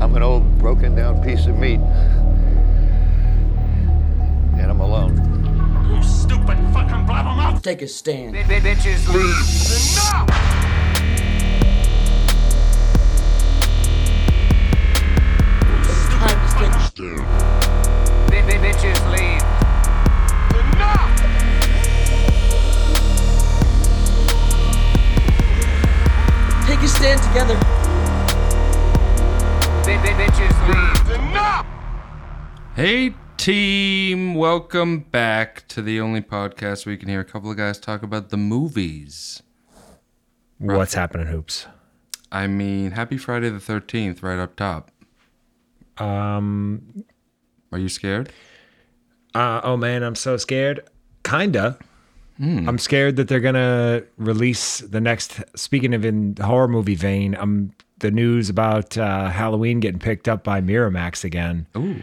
I'm an old broken down piece of meat. And I'm alone. You stupid fucking blabbermouth! Take a stand. Enough! Enough! Take a stand together. Enough! Hey, team. Welcome back to the only podcast where you can hear a couple of guys talk about the movies. What's happening, hoops? I mean, happy Friday the 13th, right up top. Um. Are you scared? Uh, oh man, I'm so scared. Kinda. I'm scared that they're gonna release the next. Speaking of in horror movie vein, I'm the news about uh, Halloween getting picked up by Miramax again. Ooh.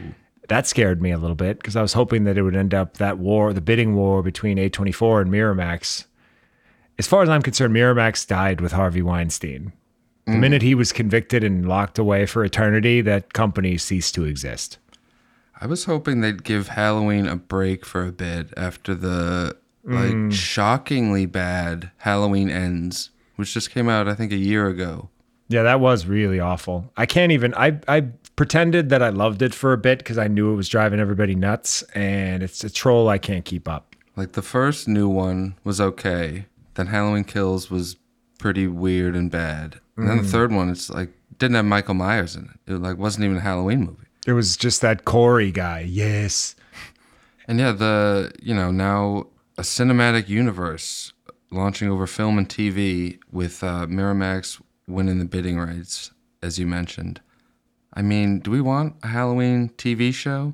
That scared me a little bit because I was hoping that it would end up that war, the bidding war between A24 and Miramax. As far as I'm concerned, Miramax died with Harvey Weinstein. The minute he was convicted and locked away for eternity, that company ceased to exist. I was hoping they'd give Halloween a break for a bit after the like shockingly bad Halloween Ends, which just came out I think a year ago. Yeah, that was really awful. I can't even. I I pretended that I loved it for a bit because I knew it was driving everybody nuts, and it's a troll I can't keep up. Like the first new one was okay. Then Halloween Kills was pretty weird and bad. And then the third one, it's like didn't have Michael Myers in it. It like wasn't even a Halloween movie. It was just that Corey guy. Yes, And yeah, the you know now a cinematic universe launching over film and TV with uh, Miramax winning the bidding rights, as you mentioned. I mean, do we want a Halloween TV show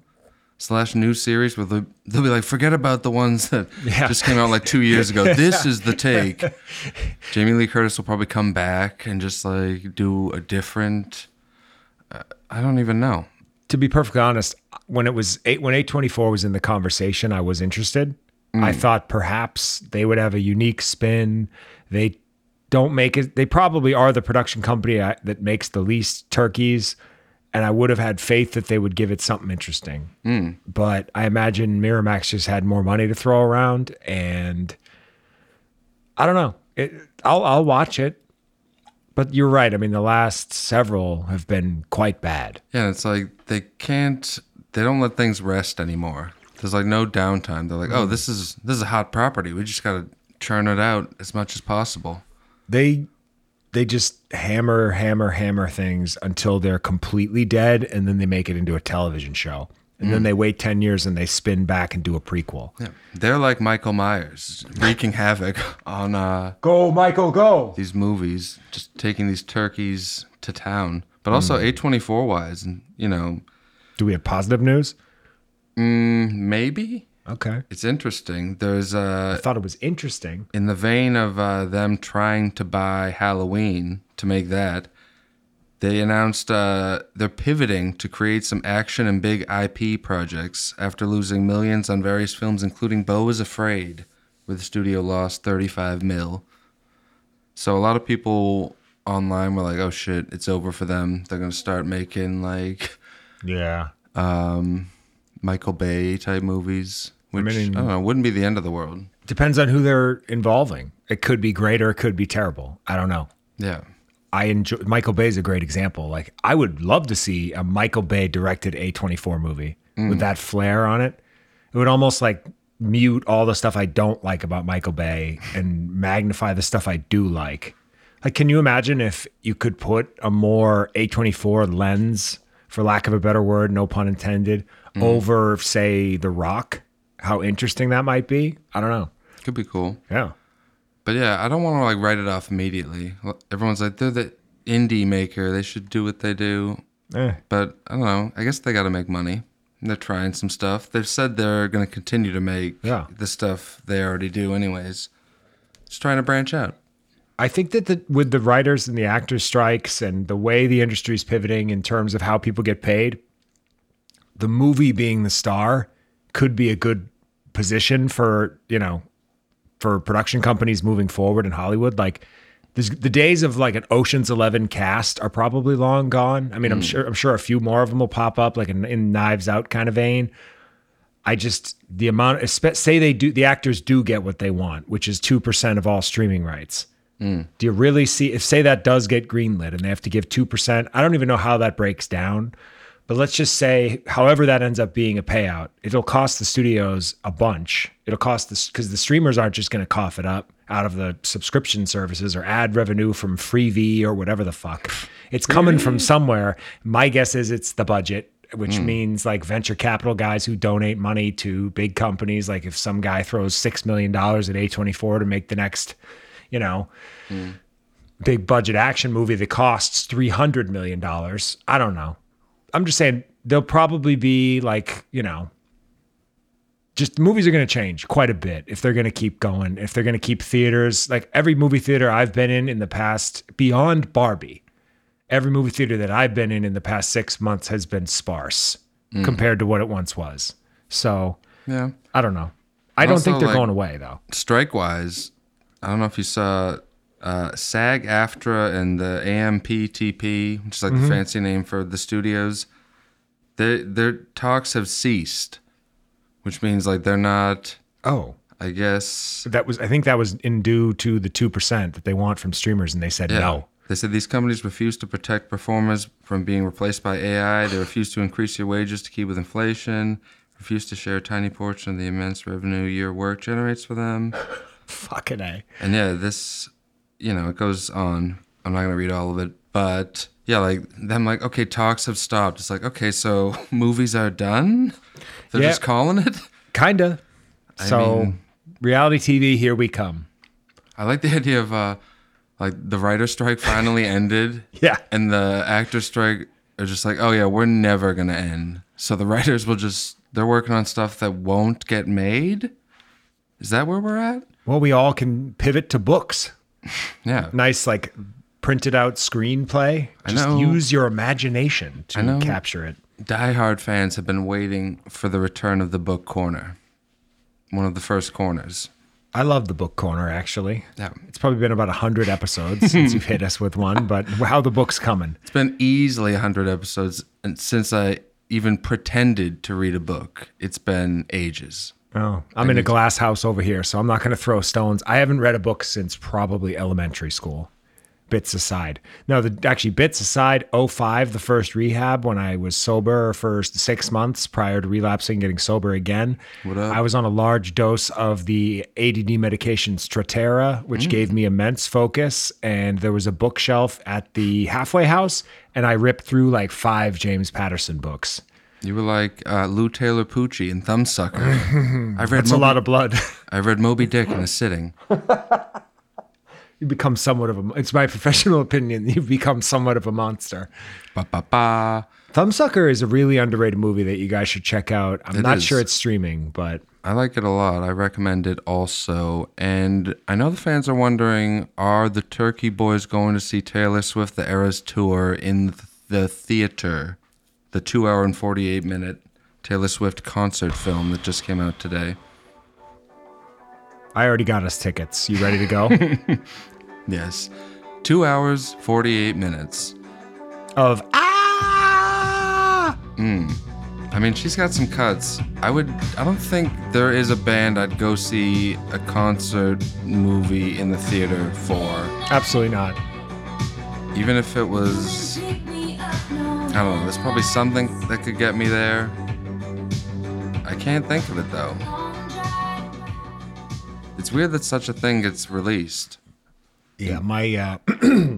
slash new series where they- they'll be like, forget about the ones that Yeah. just came out like two years ago. This is the take. Jamie Lee Curtis will probably come back and just like do a different. Uh, I don't even know. to be perfectly honest, when it was eight when eight twenty four was in the conversation, I was interested. I thought perhaps they would have a unique spin. They don't make it. They probably are the production company I, that makes the least turkeys, and I would have had faith that they would give it something interesting. But I imagine Miramax just had more money to throw around, and I don't know. It, I'll I'll watch it. But you're right. I mean, the last several have been quite bad. Yeah, it's like they can't they don't let things rest anymore. There's like no downtime. They're like, "Oh, this is this is a hot property. We just got to churn it out as much as possible." they they just hammer hammer hammer things until they're completely dead and then they make it into a television show and then they wait 10 years and they spin back and do a prequel Yeah. They're like Michael Myers wreaking havoc on uh go michael go these movies, just taking these turkeys to town. But also A24 wise, and you know, do we have positive news maybe okay it's interesting. There's uh i thought it was interesting in the vein of uh, them trying to buy Halloween to make that, they announced uh, they're pivoting to create some action and big IP projects after losing millions on various films, including Bo is Afraid, where the studio lost 35 mil. So a lot of people online were like, oh shit, it's over for them. They're going to start making like yeah Michael Bay type movies, which I, mean- don't know, wouldn't be the end of the world. depends on who they're involving it could be great or it could be terrible i don't know Yeah. i enjoy michael bay is a great example like i would love to see a michael bay directed a24 movie with that flair on it it would almost like mute all the stuff I don't like about Michael Bay and magnify the stuff I do like. Like, can you imagine if you could put a more A24 lens, for lack of a better word, no pun intended, over, say, The Rock? How interesting that might be. I don't know. Could be cool. Yeah. But yeah, I don't want to like write it off immediately. L- Everyone's like they're the indie maker; they should do what they do. Eh. But I don't know. I guess they got to make money. And They're trying some stuff. They've said they're going to continue to make Yeah. the stuff they already do, anyways. Just trying to branch out. I think that the, with the writers and the actors strikes and the way the industry is pivoting in terms of how people get paid, the movie being the star could be a good position for, you know, for production companies moving forward in Hollywood. Like This, the days of like an Ocean's Eleven cast are probably long gone. I mean, I'm sure I'm sure a few more of them will pop up, like in, in Knives Out kind of vein. I just the amount. espe- Say they do the actors do get what they want, which is two percent of all streaming rights. Do you really see if say that does get greenlit and they have to give 2%? I don't even know how that breaks down. But let's just say however that ends up being a payout, it'll cost the studios a bunch. It'll cost this cuz the streamers aren't just going to cough it up out of the subscription services or ad revenue from FreeV or whatever the fuck. It's coming from somewhere. My guess is it's the budget which means like venture capital guys who donate money to big companies like if some guy throws 6 million dollars at A24 to make the next you know big budget action movie that costs 300 million dollars i don't know i'm just saying they'll probably be like you know just movies are going to change quite a bit if they're going to keep going if they're going to keep theaters like every movie theater i've been in in the past beyond barbie every movie theater that i've been in in the past six months has been sparse Hmm. compared to what it once was so Yeah. i don't know i don't Also, think they're like- going away though strike wise, I don't know if you saw uh, SAG AFTRA and the AMPTP, which is like the fancy name for the studios, their their talks have ceased, which means like they're not, oh I guess. that was I think that was in due to the two percent that they want from streamers, and they said no. They said these companies refuse to protect performers from being replaced by AI. They refuse to increase your wages to keep with inflation. Refuse to share a tiny portion of the immense revenue your work generates for them. Fucking a. And yeah, this, you know, it goes on. I'm not gonna read all of it, but yeah, like them, like okay, talks have stopped. It's like okay, so movies are done. They're Yeah. just calling it. Kinda. so mean- reality TV, here we come. I like the idea of uh, like the writer strike finally ended. Yeah. And the actor strike are just like, oh yeah, we're never gonna end. So the writers will just they're working on stuff that won't get made. Is that where we're at? Well, we all can pivot to books. Yeah. Nice like printed out screenplay. Just know. use your imagination to know. capture it. Die Hard fans have been waiting for the return of the book corner, one of the first corners. I love the book corner actually. Yeah. It's probably been about hundred episodes since you've hit us with one, but how the book's coming. It's been easily 100 episodes and since I even pretended to read a book. It's been ages. Oh, I'm in a glass house over here, so I'm not going to throw stones. I haven't read a book since probably elementary school. Bits aside. No, the, actually, bits aside, 05, the first rehab when I was sober for six months prior to relapsing, getting sober again. What up? I was on a large dose of the ADD medication Stratera, Mm. which gave me immense focus. And there was a bookshelf at the halfway house, and I ripped through like five James Patterson books. You were like uh, Lou Taylor Pucci in Thumbsucker. I read It's a Moby, lot of blood. I read Moby Dick in a sitting. you become somewhat of a it's my professional opinion you become somewhat of a monster Ba ba ba. thumbsucker is a really underrated movie that you guys should check out i'm not is. sure it's streaming but I like it a lot. I recommend it also. And I know the fans are wondering are the Turkey Boys going to see Taylor Swift the Eras tour in th- the theater? The 2 hour and 48 minute Taylor Swift concert film that just came out today. i already got us tickets you ready to go Yes. 2 hours 48 minutes. of ah I mean, she's got some cuts. I would I don't think there is a band I'd go see a concert movie in the theater for, absolutely not even if it was I don't know. There's probably something that could get me there. I can't think of it though. It's weird that such a thing gets released. yeah my uh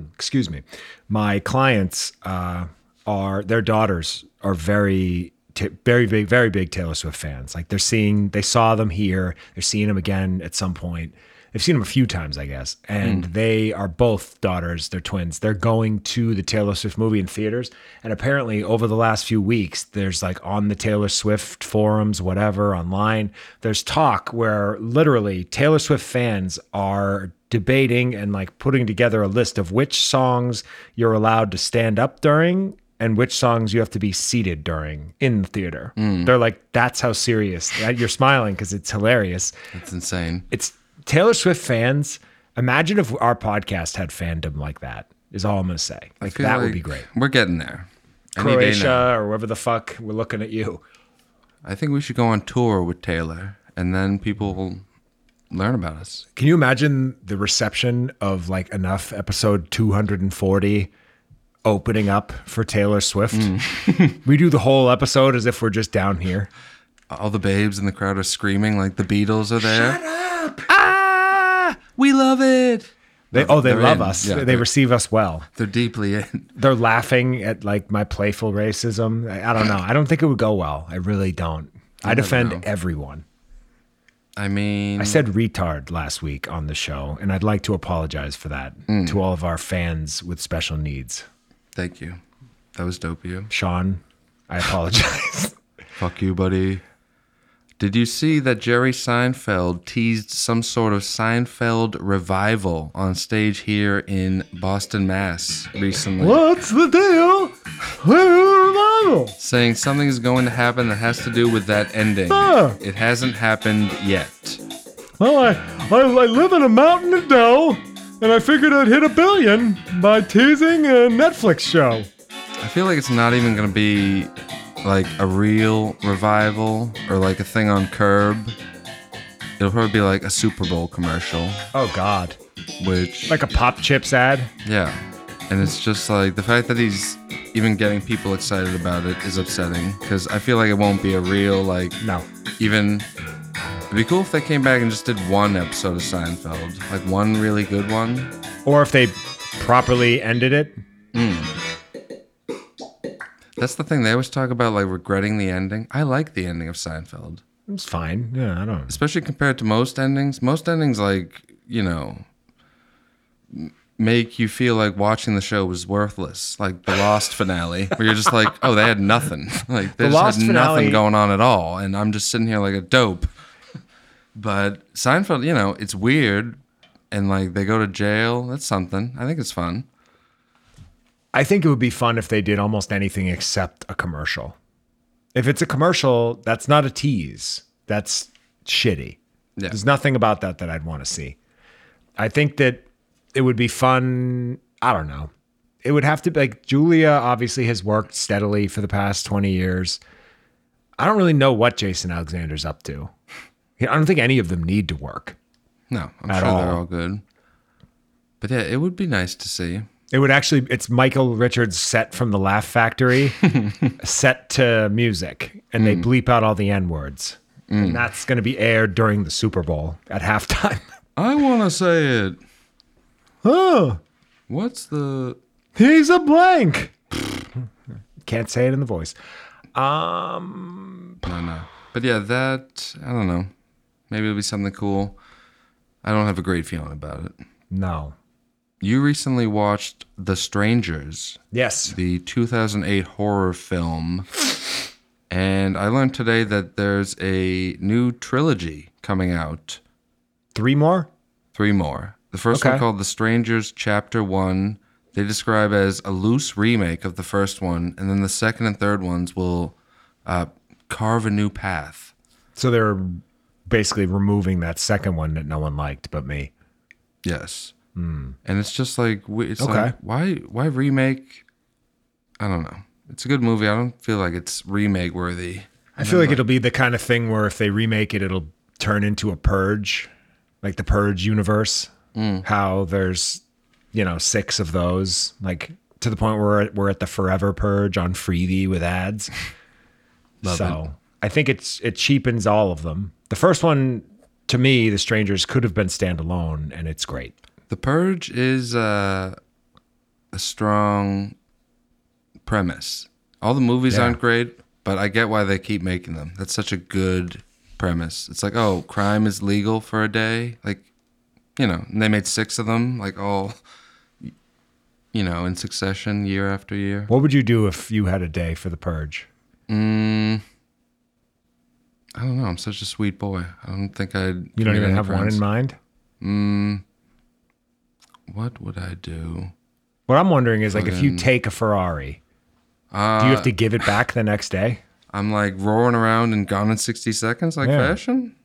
excuse me my clients uh are their daughters are very ta- very big very big taylor swift fans like they're seeing they saw them here they're seeing them again at some point they've seen them a few times i guess and they are both daughters they're twins they're going to the taylor swift movie in theaters and apparently over the last few weeks there's like on the taylor swift forums whatever online there's talk where literally taylor swift fans are debating and like putting together a list of which songs you're allowed to stand up during and which songs you have to be seated during in the theater. Mm. They're like, that's how serious. You're smiling because it's hilarious. It's insane. It's Taylor Swift fans Imagine if our podcast had fandom like that. Is all I'm gonna say. I Like feel that would like be great. We're getting there. Any day now. Croatia or wherever the fuck we're looking at you. I think we should go on tour with Taylor, and then people will learn about us. Can you imagine the reception of like enough episode 240 opening up for Taylor Swift? Mm. we do the whole episode as if we're just down here. All the babes in the crowd are screaming like the Beatles are there. Shut up! Ah, we love it. They, oh, they They're love in. us. Yeah, they they're- receive us well. They're deeply in. They're laughing at like my playful racism. I, I don't know. I don't think it would go well. I really don't. I, defend know. Mm. everyone. I mean, I said retard last week on the show, and I'd like to apologize for that Mm. to all of our fans with special needs. thank you. That was dope of you. Sean, I apologize. Fuck you, buddy. Did you see that Jerry Seinfeld teased some sort of Seinfeld revival on stage here in Boston, Mass recently? What's the deal? Revival. Saying something is going to happen that has to do with that ending. Ah. It hasn't happened yet. Well, I, I, I live in a mountain of dough, and I figured I'd hit a billion by teasing a Netflix show. I feel like it's not even going to be like a real revival or like a thing on Curb. It'll probably be like a Super Bowl commercial, Oh God! which Like a pop chips ad. Yeah. And it's just like the fact that he's even getting people excited about it is upsetting because I feel like it won't be a real, like, No. even. It'd be cool if they came back and just did one episode of Seinfeld, like one really good one. Or if they properly ended it. That's the thing they always talk about, like regretting the ending. I like the ending of Seinfeld, It's fine. Yeah, I don't. especially compared to most endings. Most endings, like, you know, m- make you feel like watching the show was worthless, like the Lost finale, where you're just like, oh, they had nothing. Like, they The just Lost had finale- nothing going on at all. And I'm just sitting here like a dope. But Seinfeld, you know, it's weird. And like, they go to jail. That's something. I think it's fun. I think it would be fun if they did almost anything except a commercial. If it's a commercial, that's not a tease. That's shitty. Yeah. There's nothing about that that I'd want to see. I think that it would be fun. I don't know. It would have to be like Julia obviously has worked steadily for the past 20 years. I don't really know what Jason Alexander's up to. I don't think any of them need to work. No, I'm At sure they're all. all good. But yeah, it would be nice to see. It would actually, it's Michael Richards set from the Laugh Factory, set to music, and they bleep out all the N words. And that's going to be aired during the Super Bowl at halftime. I want to say it. oh, What's the. he's a blank. Can't say it in the voice. No, no. But yeah, that I don't know. Maybe it'll be something cool. I don't have a great feeling about it. No. You recently watched The Strangers, Yes. the 2008 horror film, and I learned today that there's a new trilogy coming out. Three more? Three more. The first Okay. one called The Strangers Chapter 1, they describe as a loose remake of the first one, and then the second and third ones will uh, carve a new path. So they're basically removing that second one that no one liked but me. Yes. And it's just like w- it's Hmm. Okay. like why why remake? I don't know. It's a good movie. I don't feel like it's remake worthy. I feel like it'll be the kind of thing where if they remake it, it'll turn into a purge, like the purge universe. How there's, you know, six of those, like to the point where we're at, we're at the forever purge on Freebie with ads. so I think it's it cheapens all of them. The first one, to me, The Strangers could have been standalone, and it's great. The Purge is uh, a strong premise. All the movies Yeah. aren't great, but I get why they keep making them. That's such a good premise. It's like, oh, crime is legal for a day. Like, you know, and they made six of them, like all, you know, in succession, year after year. What would you do if you had a day for the purge? I don't know. I'm such a sweet boy. I don't think I'd. You commit don't even any have one crimes. in mind. What would I do? What I'm wondering is like if you take a Ferrari, do you have to give it back the next day? I'm like roaring around in Gone in 60 Seconds, like Yeah. fashion.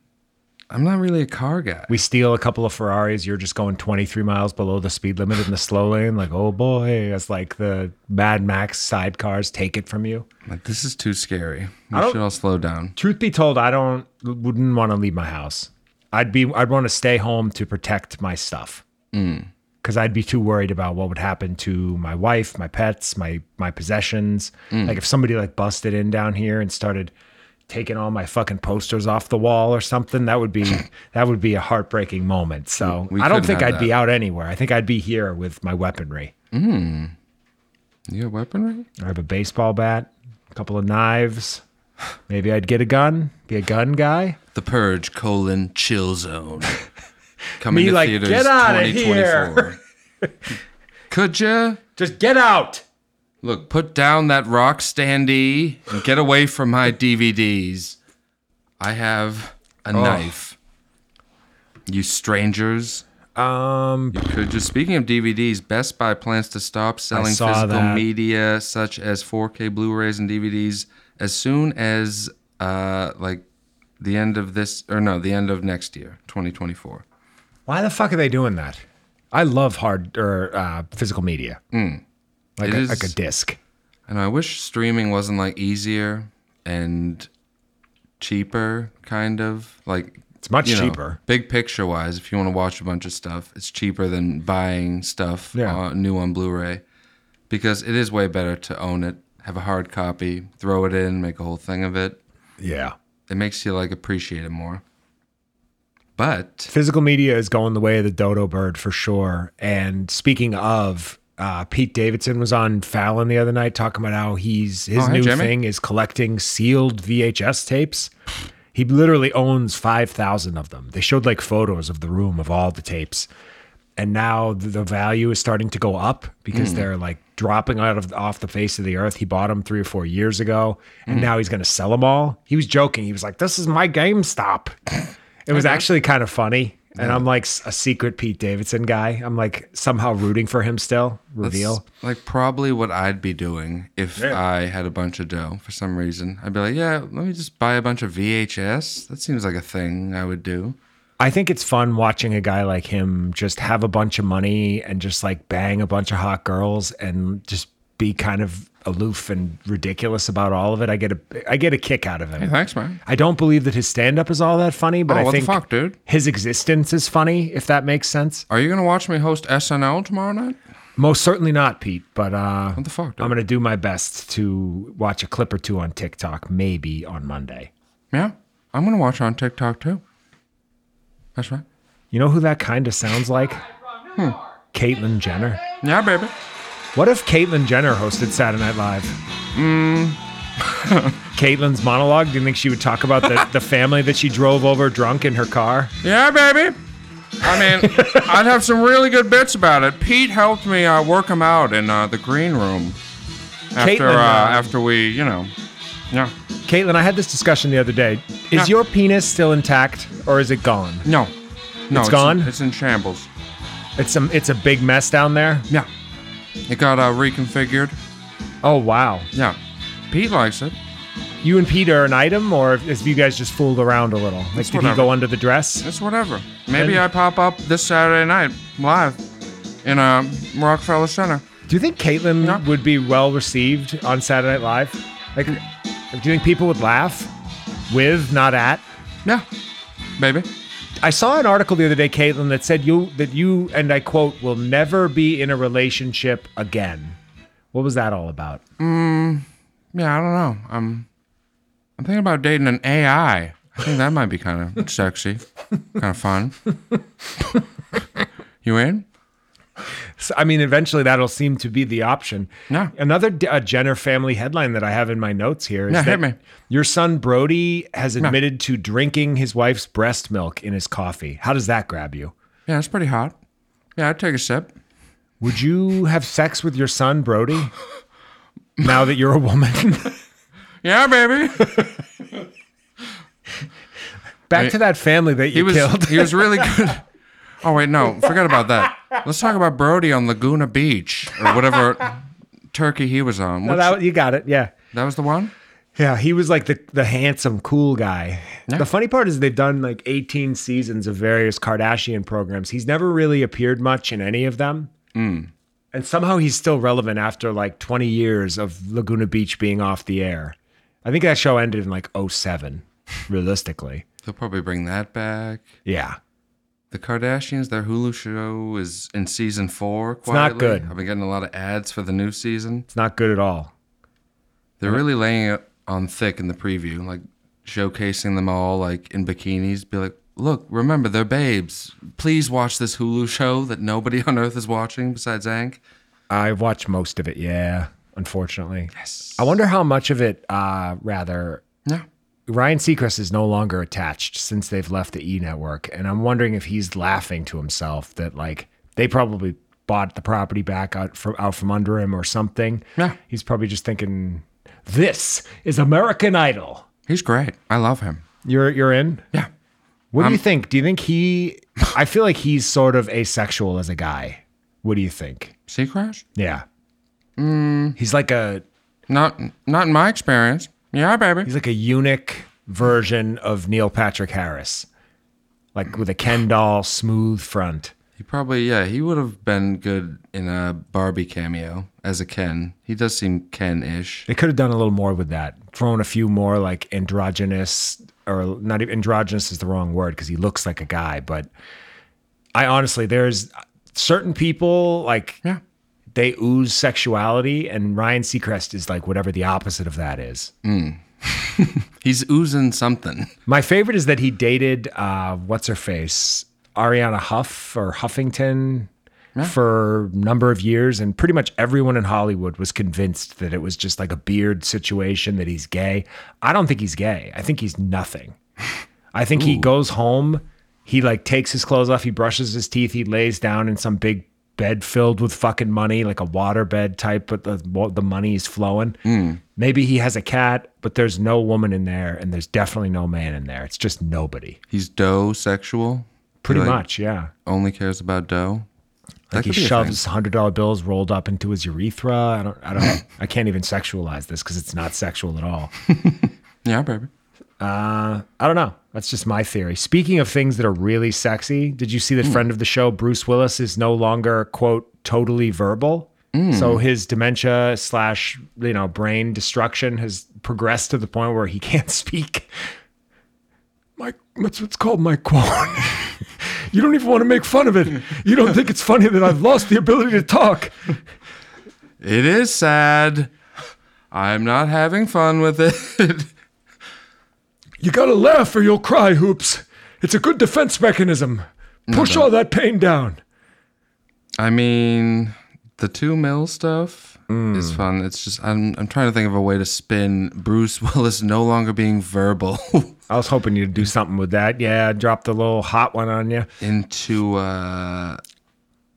I'm not really a car guy. We steal a couple of Ferraris. You're just going 23 miles below the speed limit in the slow lane. Like, oh boy, that's like the Mad Max sidecars take it from you. Like, this is too scary. We I don't- should all slow down. Truth be told, I don't wouldn't want to leave my house. I'd be I'd want to stay home to protect my stuff Mm. because I'd be too worried about what would happen to my wife, my pets, my my possessions. Mm. Like if somebody like busted in down here and started taking all my fucking posters off the wall or something, that would be that would be a heartbreaking moment. So We- we I don't couldn't think I'd have be that. out anywhere. I think I'd be here with my weaponry. You got weaponry? I have a baseball bat, a couple of knives. Maybe I'd get a gun. Be a gun guy. The Purge: colon, Chill Zone. Coming Me to like, theaters "Get outta 2024. Could you Just get out. look? Put down that rock standee and get away from my DVDs. I have a Oh. knife. You strangers. Um, Could you? Speaking of DVDs, Best Buy plans to stop selling saw physical that. media such as 4K Blu-rays and DVDs as soon as uh, like the end of this or no, the end of next year, 2024. why the fuck are they doing that? I love hard or uh, physical media, like Hmm. It a, is- like a disc. And I wish streaming wasn't like easier and cheaper, kind of like It's much you know, cheaper. big picture wise. If you want to watch a bunch of stuff, it's cheaper than buying stuff Yeah. uh, new on Blu-ray because it is way better to own it, have a hard copy, throw it in, make a whole thing of it. Yeah, It makes you like appreciate it more. But physical media is going the way of the dodo bird for sure. And speaking of. Uh, Pete Davidson was on Fallon the other night talking about how he's his Oh, hey, new Jimmy. thing is collecting sealed VHS tapes. He literally owns five thousand of them. They showed like photos of the room of all the tapes. and now th- the value is starting to go up because they're like dropping out of off the face of the earth. He bought them three or four years ago, and now he's going to sell them all. He was joking. He was like, "This is my GameStop." It was actually kind of funny, and I'm like s- a secret Pete Davidson guy. I'm like somehow rooting for him still. Reveal. it's, like probably what I'd be doing if I had a bunch of dough for some reason. I'd be like, yeah, let me just buy a bunch of VHS. That seems like a thing I would do. I think it's fun watching a guy like him just have a bunch of money and just like bang a bunch of hot girls and just be kind of aloof and ridiculous about all of it. I get a I get a kick out of him. Hey, thanks, man. I don't believe that his stand up is all that funny, but Oh, I what the think fuck, dude? his existence is funny, if that makes sense. Are you gonna watch me host SNL tomorrow night? Most certainly not, Pete, but uh, What the fuck, dude? I'm going to do my best to watch a clip or two on TikTok, maybe on Monday. Yeah, I'm gonna watch on TikTok too. That's right. You know who that kind of sounds like? Caitlyn Jenner. Yeah, baby. What if Caitlyn Jenner hosted Saturday Night Live? Hmm. Caitlyn's monologue. Do you think she would talk about the, the family that she drove over drunk in her car? Yeah, baby. I mean, I'd have some really good bits about it. Pete helped me uh, work them out in uh, the green room after Caitlin, uh, uh, after we, you know, yeah. Caitlyn, I had this discussion the other day. Is Yeah. your penis still intact or is it gone? No. No, It's gone? it's in shambles. It's some it's a big mess down there. Yeah. It got uh, reconfigured. Oh wow. Yeah. Pete likes it. You and Pete are an item or if you guys just fooled around a little? Like did he whatever. go under the dress? It's whatever. Maybe Then- I pop up this Saturday night live in uh, Rockefeller Center. Do you think Caitlyn No. would be well received on Saturday Night Live? Like do you think people would laugh? With, not at? Yeah. Baby. I saw an article the other day, Caitlin, that said you that you and I quote will never be in a relationship again. What was that all about? Yeah, I don't know. I'm, I'm thinking about dating an AI. I think that might be kind of sexy, kind of fun. you in? So, I mean, eventually that'll seem to be the option. Yeah. Another D- uh, Jenner family headline that I have in my notes here is Yeah, hit that me. your son Brody has admitted to drinking his wife's breast milk in his coffee. How does that grab you? Yeah, it's pretty hot. Yeah, I'd take a sip. Would you have sex with your son Brody now that you're a woman? Yeah, baby. Back to that family that you He was killed. he was really good. Oh wait, no, forget about that. Let's talk about Brody on Laguna Beach or whatever turkey he was on. No, Which- that- you got it. Yeah. that was the one. Yeah, he was like the the handsome, cool guy. Yeah. The funny part is they've done like 18 seasons of various Kardashian programs. He's never really appeared much in any of them. And somehow he's still relevant after like 20 years of Laguna Beach being off the air. I think that show ended in like 07, realistically. They'll probably bring that back. Yeah. The Kardashians, their Hulu show is in season four. not Quietly. good. I've been getting a lot of ads for the new season. It's not good at all. They're really laying it on thick in the preview, like showcasing them all, like in bikinis. Be like, look, remember they're babes. Please watch this Hulu show that nobody on earth is watching besides Ank. I watched most of it, yeah, unfortunately. Yes. I wonder how much of it, uh, rather, Yeah, Ryan Seacrest is no longer attached since they've left the E network, and I'm wondering if he's laughing to himself that like they probably bought the property back out from out from under him or something. Yeah. he's probably just thinking, "This is American Idol." he's great. I love him. You're you're in. Yeah, What do you think? Do you think he? I feel like he's sort of asexual as a guy. What do you think? Sea Crash. Yeah, he's like a Not, not in my experience. Yeah, baby. He's like a eunuch version of Neil Patrick Harris, like with a Ken doll smooth front. He probably, yeah, he would have been good in a Barbie cameo as a Ken. He does seem Ken-ish. They could have done a little more with that, thrown a few more like androgynous, or not even androgynous is the wrong word because he looks like a guy. But I honestly, there's certain people like Yeah. they ooze sexuality, and Ryan Seacrest is like whatever the opposite of that is. He's oozing something. My favorite is that he dated uh, what's her face, Ariana Huff or Huffington, for a number of years, and pretty much everyone in Hollywood was convinced that it was just like a beard situation that he's gay. I don't think he's gay. I think he's nothing. I think he goes home, he like takes his clothes off, he brushes his teeth, he lays down in some big bed filled with fucking money, like a water bed type, but the the money is flowing. Maybe he has a cat, but there's no woman in there, and there's definitely no man in there. It's just nobody, He's dough sexual. pretty Like, much. Yeah, Only cares about dough. That like he could be a shoves hundred dollar bills rolled up into his urethra. I don't, I don't, I can't even sexualize this because it's not sexual at all. thing. Yeah, baby. I don't know. That's just my theory. Speaking of things that are really sexy, did you see that friend of the show, Bruce Willis, is no longer, quote, totally verbal? So his dementia slash, you know, brain destruction has progressed to the point where he can't speak. My, that's what's called my quote. you don't even want to make fun of it. You don't think it's funny that I've lost the ability to talk. It is sad. I'm not having fun with it. You gotta laugh or you'll cry, Hoops. It's a good defense mechanism. Push all that pain down. I mean, the two mil stuff Mm. is fun. It's just I'm I'm trying to think of a way to spin Bruce Willis no longer being verbal I was hoping you'd do something with that. Yeah, drop the little hot one on you. into uh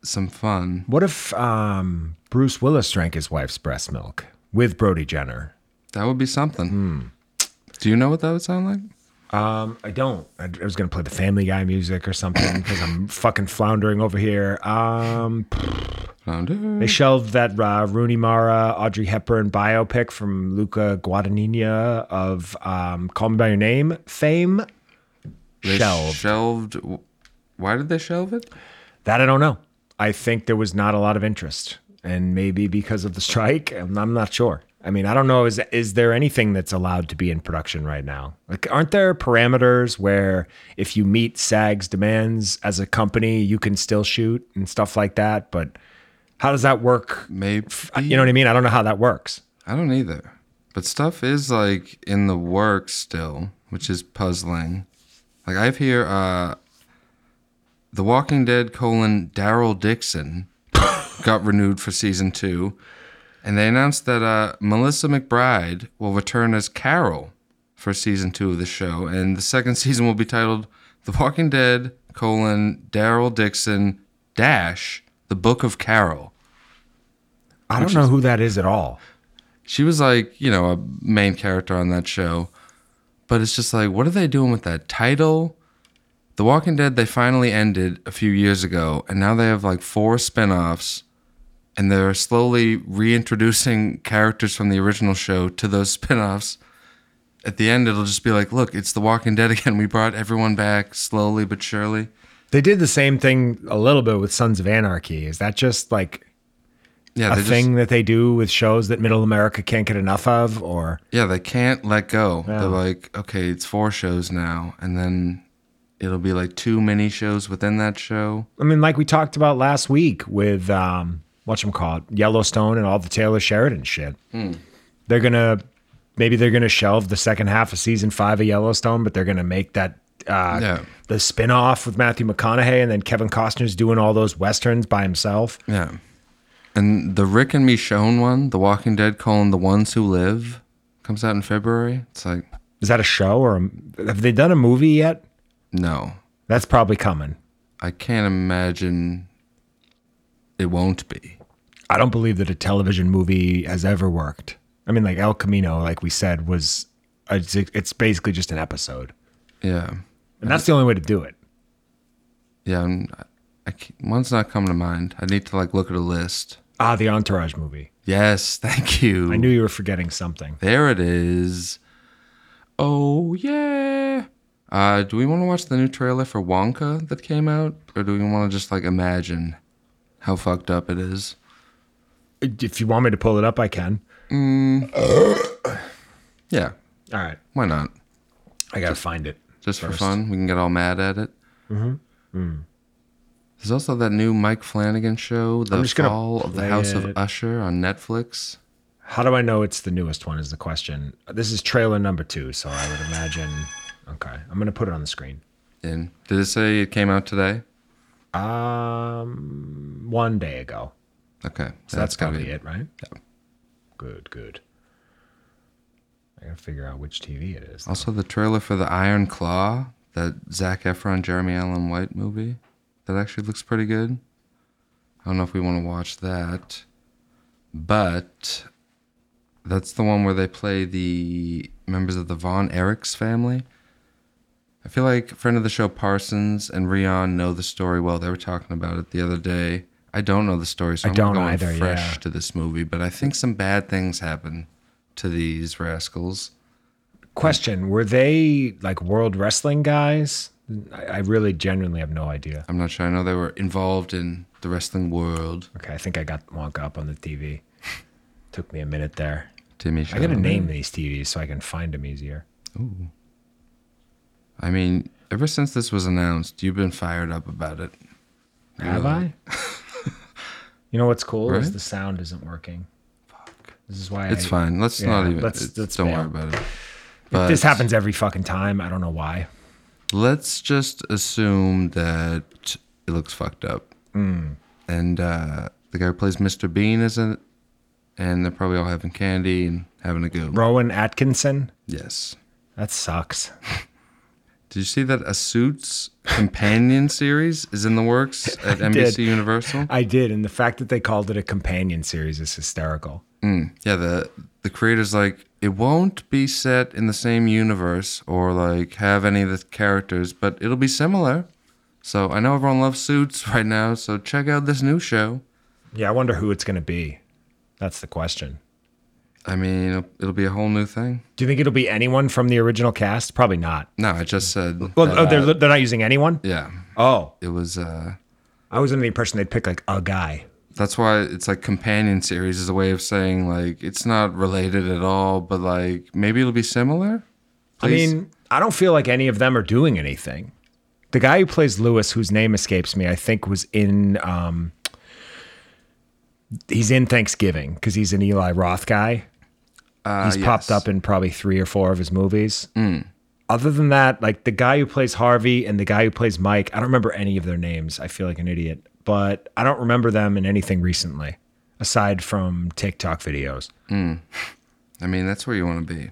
some fun. What if um, Bruce Willis drank his wife's breast milk with Brody Jenner? That would be something. Hmm. Do you know what that would sound like? Um, I don't. I, I was gonna play the Family Guy music or something because I'm fucking floundering over here. Um, Found it. they shelved that uh, Rooney Mara, Audrey Hepburn biopic from Luca Guadagnino of um, Call Me by Your Name fame. They Shelved. Shelved. Why did they shelve it? That I don't know. I think there was not a lot of interest, and maybe because of the strike, I'm, I'm not sure. I mean, I don't know. Is is there anything that's allowed to be in production right now? Like, aren't there parameters where if you meet SAG's demands as a company, you can still shoot and stuff like that? But how does that work? Maybe You know what I mean? I don't know how that works. I don't either. But stuff is like in the works still, which is puzzling. Like I've here uh The Walking Dead colon Daryl Dixon got renewed for season two. And they announced that uh, Melissa McBride will return as Carol for season two of the show. And the second season will be titled The Walking Dead colon Daryl Dixon dash The Book of Carol. I don't know who that is at all. She was like, you know, a main character on that show. But it's just like, what are they doing with that title? The Walking Dead, they finally ended a few years ago, and now they have like four spin offs, and they're slowly reintroducing characters from the original show to those spin offs. at the end it'll just be like, look, it's The Walking Dead again. We brought everyone back slowly but surely. They did the same thing a little bit with Sons of Anarchy. Is that just like Yeah, they a just- thing that they do with shows that middle America can't get enough of? Or Yeah, they can't let go. Yeah. They're like, okay, it's four shows now, and then it'll be like two mini shows within that show. I mean, like we talked about last week with um, whatchamacallit, Yellowstone and all the Taylor Sheridan shit. They're gonna maybe they're gonna shelve the second half of season five of Yellowstone, but they're gonna make that uh, Yeah. the spin-off with Matthew McConaughey and then Kevin Costner's doing all those westerns by himself. Yeah. And the Rick and Michonne one, The Walking Dead colon The Ones Who Live, comes out in February. It's like, Is that a show or a, have they done a movie yet? no, That's probably coming. I can't imagine it won't be. I don't believe that a television movie has ever worked. I mean, like El Camino, like we said, was it's, it's basically just an episode, Yeah. and that's the only way to do it. Yeah. I'm, I can't- one's not coming to mind. I need to like look at a list. Ah, the Entourage movie. Yes. Thank you. I knew you were forgetting something. There it is. Oh yeah. Uh, do we want to watch the new trailer for Wonka that came out, or do we want to just like imagine how fucked up it is? If you want me to pull it up, I can. Yeah, All right, why not? I gotta find it. Just for First. Mm. fun, we can get all mad at it. Mm-hmm. There's also that new Mike Flanagan show, The just gonna Fall of the play House it. of Usher on Netflix. How do I know it's the newest one? Is the question. This is trailer number two, so I would imagine. Okay, I'm gonna put it on the screen. And did it say it came out today? Um, one day ago. Okay, So that's gotta probably it, right? Yeah. Good, good. I gotta figure out which TV it is. Also, the trailer for the Iron Claw, that Zach Efron, Jeremy Allen White movie, that actually looks pretty good. I don't know if we want to watch that, but that's the one where they play the members of the Von Erichs family. I feel like friend of the show Parsons and Rion know the story well. They were talking about it the other day. I don't know the story, so I I'm don't going either, fresh yeah. to this movie. But I think some bad things happen to these rascals. Question: Were they like world wrestling guys? I, I really genuinely have no idea. I'm not sure. I know they were involved in the wrestling world. Okay, I think I got Wonka up on the TV. Took me a minute there. Timmy I gotta Chalamet. name these TVs so I can find them easier. I mean, ever since this was announced, you've been fired up about it. Have I? you know what's cool is Right? the sound isn't working. Fuck. This is why It's I- fine. Let's yeah, not even. let's- it's- let's don't bail. worry about it. But This happens every fucking time. I don't know why. Let's just assume that it looks fucked up. Mm. And uh, the guy who plays Mr. Bean is in it, and they're probably all having candy and having a go. Rowan Atkinson. Yes. That sucks. Did you see that a Suits companion series is in the works at NBC Universal? I did, and the fact that they called it a companion series is hysterical. Yeah, the the creator's like, it won't be set in the same universe or like have any of the characters, but it'll be similar. So I know everyone loves suits right now, so check out this new show. Yeah, I wonder who it's going to be. That's the question. I mean, it'll, it'll be a whole new thing. Do you think it'll be anyone from the original cast? Probably not. No, I just said. Well, that, oh, uh, they're they're not using anyone. yeah, Oh, it was. uh I was under the impression they'd pick like a guy. That's why it's like companion series is a way of saying like it's not related at all, but like maybe it'll be similar. Please. I mean, I don't feel like any of them are doing anything. The guy who plays Lewis, whose name escapes me, I think was in. Um, he's in Thanksgiving because he's an Eli Roth guy. Uh, he's popped yes. Mm. up in probably three or four of his movies. Other than that, like the guy who plays Harvey and the guy who plays Mike, I don't remember any of their names. I feel like an idiot, but I don't remember them in anything recently aside from TikTok videos. I mean, that's where you want to be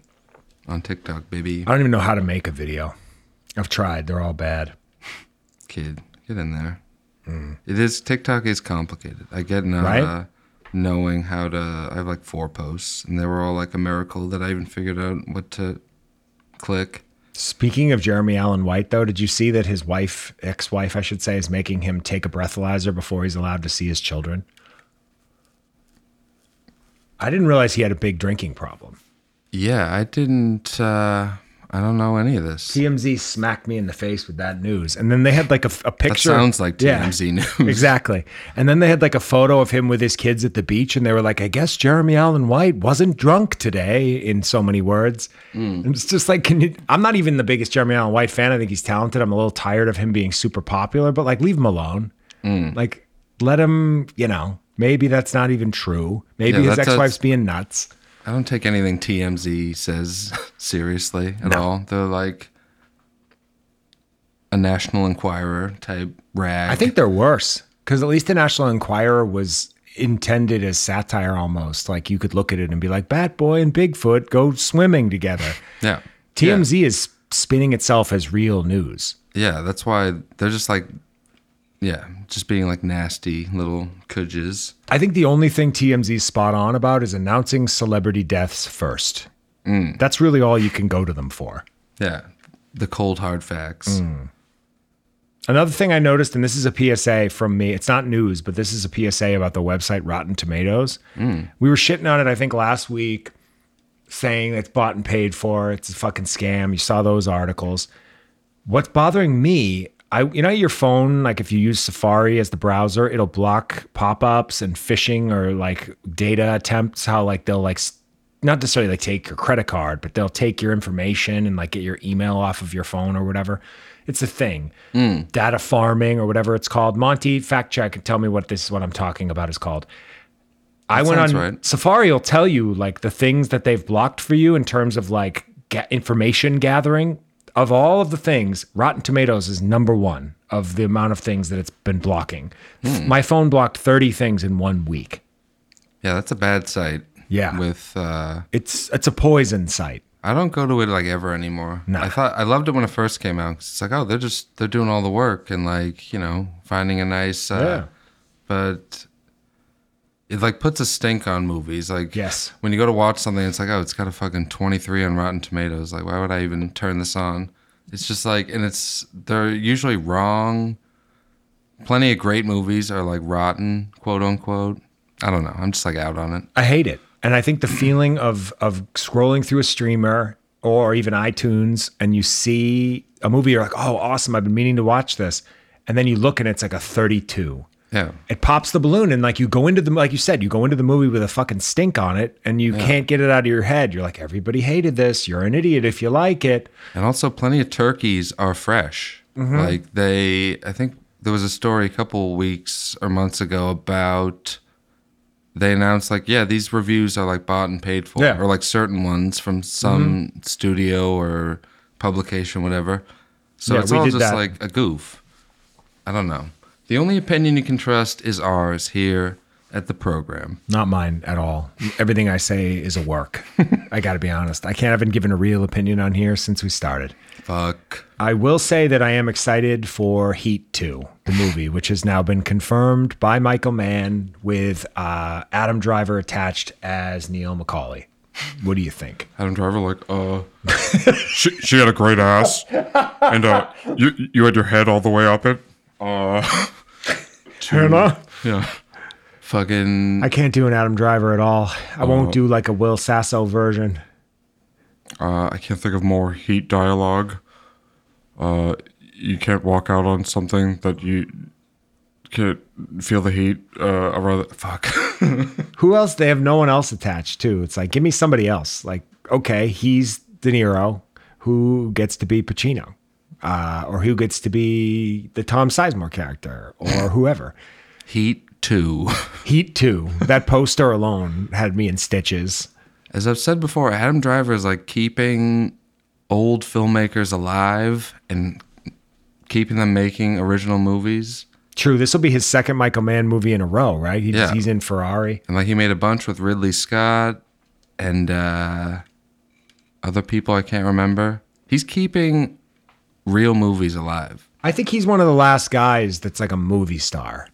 on TikTok, baby. I don't even know how to make a video. I've tried, they're all bad. kid. Get in there. It is TikTok is complicated. I get not Mm. Right? uh, knowing how to. I have like four posts, and they were all like a miracle that I even figured out what to click. Speaking of Jeremy Allen White, though, did you see that his wife, ex wife, I should say, is making him take a breathalyzer before he's allowed to see his children? I didn't realize he had a big drinking problem. Yeah, I didn't. Uh, I don't know any of this. TMZ smacked me in the face with that news. And then they had like a, a That picture. sounds like Yeah. TMZ news. Exactly. And then they had like a photo of him with his kids at the beach, and they were like, I guess Jeremy Allen White wasn't drunk today, in so many words. Hmm. And it's just like, can you? I'm not even the biggest Jeremy Allen White fan. I think he's talented. I'm a little tired of him being super popular, but like, leave him alone. Hmm. Like, let him, you know, maybe that's not even true. Maybe Yeah, his that's- ex wife's being nuts. I don't take anything TMZ says seriously at all. They're like a National Enquirer type rag. I think they're worse because at least the National Enquirer was intended as satire almost. Like you could look at it and be like, Bat Boy and Bigfoot go swimming together. yeah. TMZ is spinning itself as real news. Yeah, that's why they're just like, yeah, just being like nasty little kudges. I think the only thing TMZ's spot on about is announcing celebrity deaths first. That's really all you can go to them for. Yeah, the cold hard facts. Mm. Another thing I noticed, and this is a PSA from me, it's not news, but this is a PSA about the website Rotten Tomatoes. We were shitting on it, I think, last week, saying it's bought and paid for, it's a fucking scam. You saw those articles. What's bothering me, I you know your phone, like if you use Safari as the browser, it'll block pop-ups and phishing or like data attempts, how like they'll like s- not necessarily like take your credit card, but they'll take your information and like get your email off of your phone or whatever. It's a thing. Data farming or whatever it's called. Monty, fact check and tell me what this what I'm talking about is called. I went sounds on right. Safari will tell you like the things that they've blocked for you in terms of like ga- information gathering. Of all of the things, Rotten Tomatoes is number one of the amount of things that it's been blocking. Hmm. My phone blocked 30 things in one week. Yeah, that's a bad site. Yeah. With uh, It's it's a poison site. I don't go to it like ever anymore. No. I thought I loved it when it first came out. 'cause it's like, oh, they're just they're doing all the work and like you know finding a nice. Uh, Yeah. But it like puts a stink on movies. Like Yes. when you go to watch something, it's like oh, it's got a fucking twenty three on Rotten Tomatoes. Like why would I even turn this on? It's just like, and it's they're usually wrong. Plenty of great movies are like rotten, quote unquote. I don't know. I'm just like out on it. I hate it. And I think the feeling of of scrolling through a streamer or even iTunes and you see a movie, you're like, oh, awesome, I've been meaning to watch this. And then you look and it's like a 32. Yeah. It pops the balloon and like you go into the like you said, you go into the movie with a fucking stink on it and you can't get it out of your head. You're like, everybody hated this. You're an idiot if you like it. And also, plenty of turkeys are fresh. Mm-hmm. Like they, I think there was a story a couple weeks or months ago about they announced like, yeah, these reviews are like bought and paid for, Yeah. Mm-hmm. or like certain ones from some studio or publication, whatever. So Yeah, it's we all did just that. like a goof. I don't know. The only opinion you can trust is ours here at the program. Not mine at all. Everything I say is a work. I gotta be honest. I can't have been given a real opinion on here since we started. Fuck. I will say that I am excited for Heat 2, the movie, which has now been confirmed by Michael Mann with uh, Adam Driver attached as Neil McCauley. What do you think? Adam Driver, like, uh, she, she had a great ass, and uh, you you had your head all the way up it. Uh, Turner? Yeah, fucking. I can't do an Adam Driver at all. I won't do like a Will Sasso version. Uh, I can't think of more heat dialogue. Uh, you can't walk out on something that you can't feel the heat. Uh, I rather fuck. Who else? They have no one else attached too. It's like, give me somebody else. Like, okay, he's De Niro. Who gets to be Pacino? Uh, or who gets to be the Tom Sizemore character or whoever? heat two. Heat 2. That poster alone had me in stitches. As I've said before, Adam Driver is like keeping old filmmakers alive and keeping them making original movies. True, this will be his second Michael Mann movie in a row, right? He Yeah. just, he's in Ferrari. and like he made a bunch with Ridley Scott and uh, other people I can't remember. He's keeping real movies alive. I think he's one of the last guys that's like a movie star.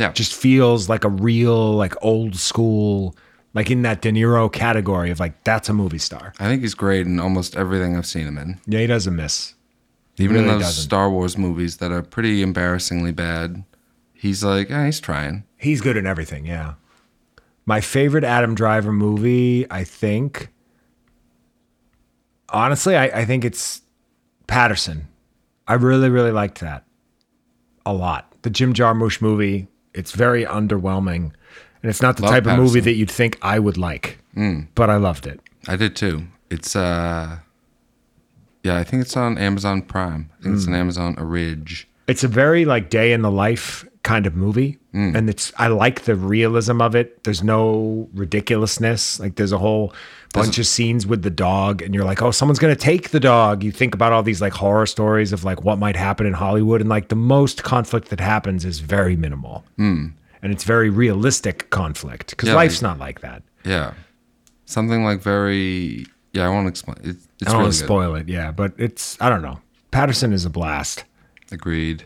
Yeah, Just feels like a real, like old school, like in that De Niro category of like, that's a movie star. I think he's great in almost everything I've seen him in. Yeah, he doesn't miss. Even in Really those doesn't. Star Wars movies that are pretty embarrassingly bad, he's like, eh, he's trying. He's good in everything, yeah. My favorite Adam Driver movie, I think, honestly, I, I think it's Patterson. I really, really liked that a lot. The Jim Jarmusch movie, it's very underwhelming. And it's not the Love type of movie Patterson. Hmm. that you'd think I would like, but I loved it. I did too. It's uh, yeah, I think it's on Amazon Prime. I think it's Hmm. an Amazon Ridge. It's a very like day in the life kind of movie. Mm. And it's, I like the realism of it. There's no ridiculousness. Like there's a whole bunch of scenes with the dog, and you're like, oh, someone's going to take the dog. You think about all these like horror stories of like what might happen in Hollywood. And like the most conflict that happens is very minimal. And it's very realistic conflict because Mm. Yeah, life's like- not like that. Yeah, something like very. Yeah, I won't explain. It, it's I don't really want to good. spoil it. Yeah, but it's I don't know. Patterson is a blast. Agreed.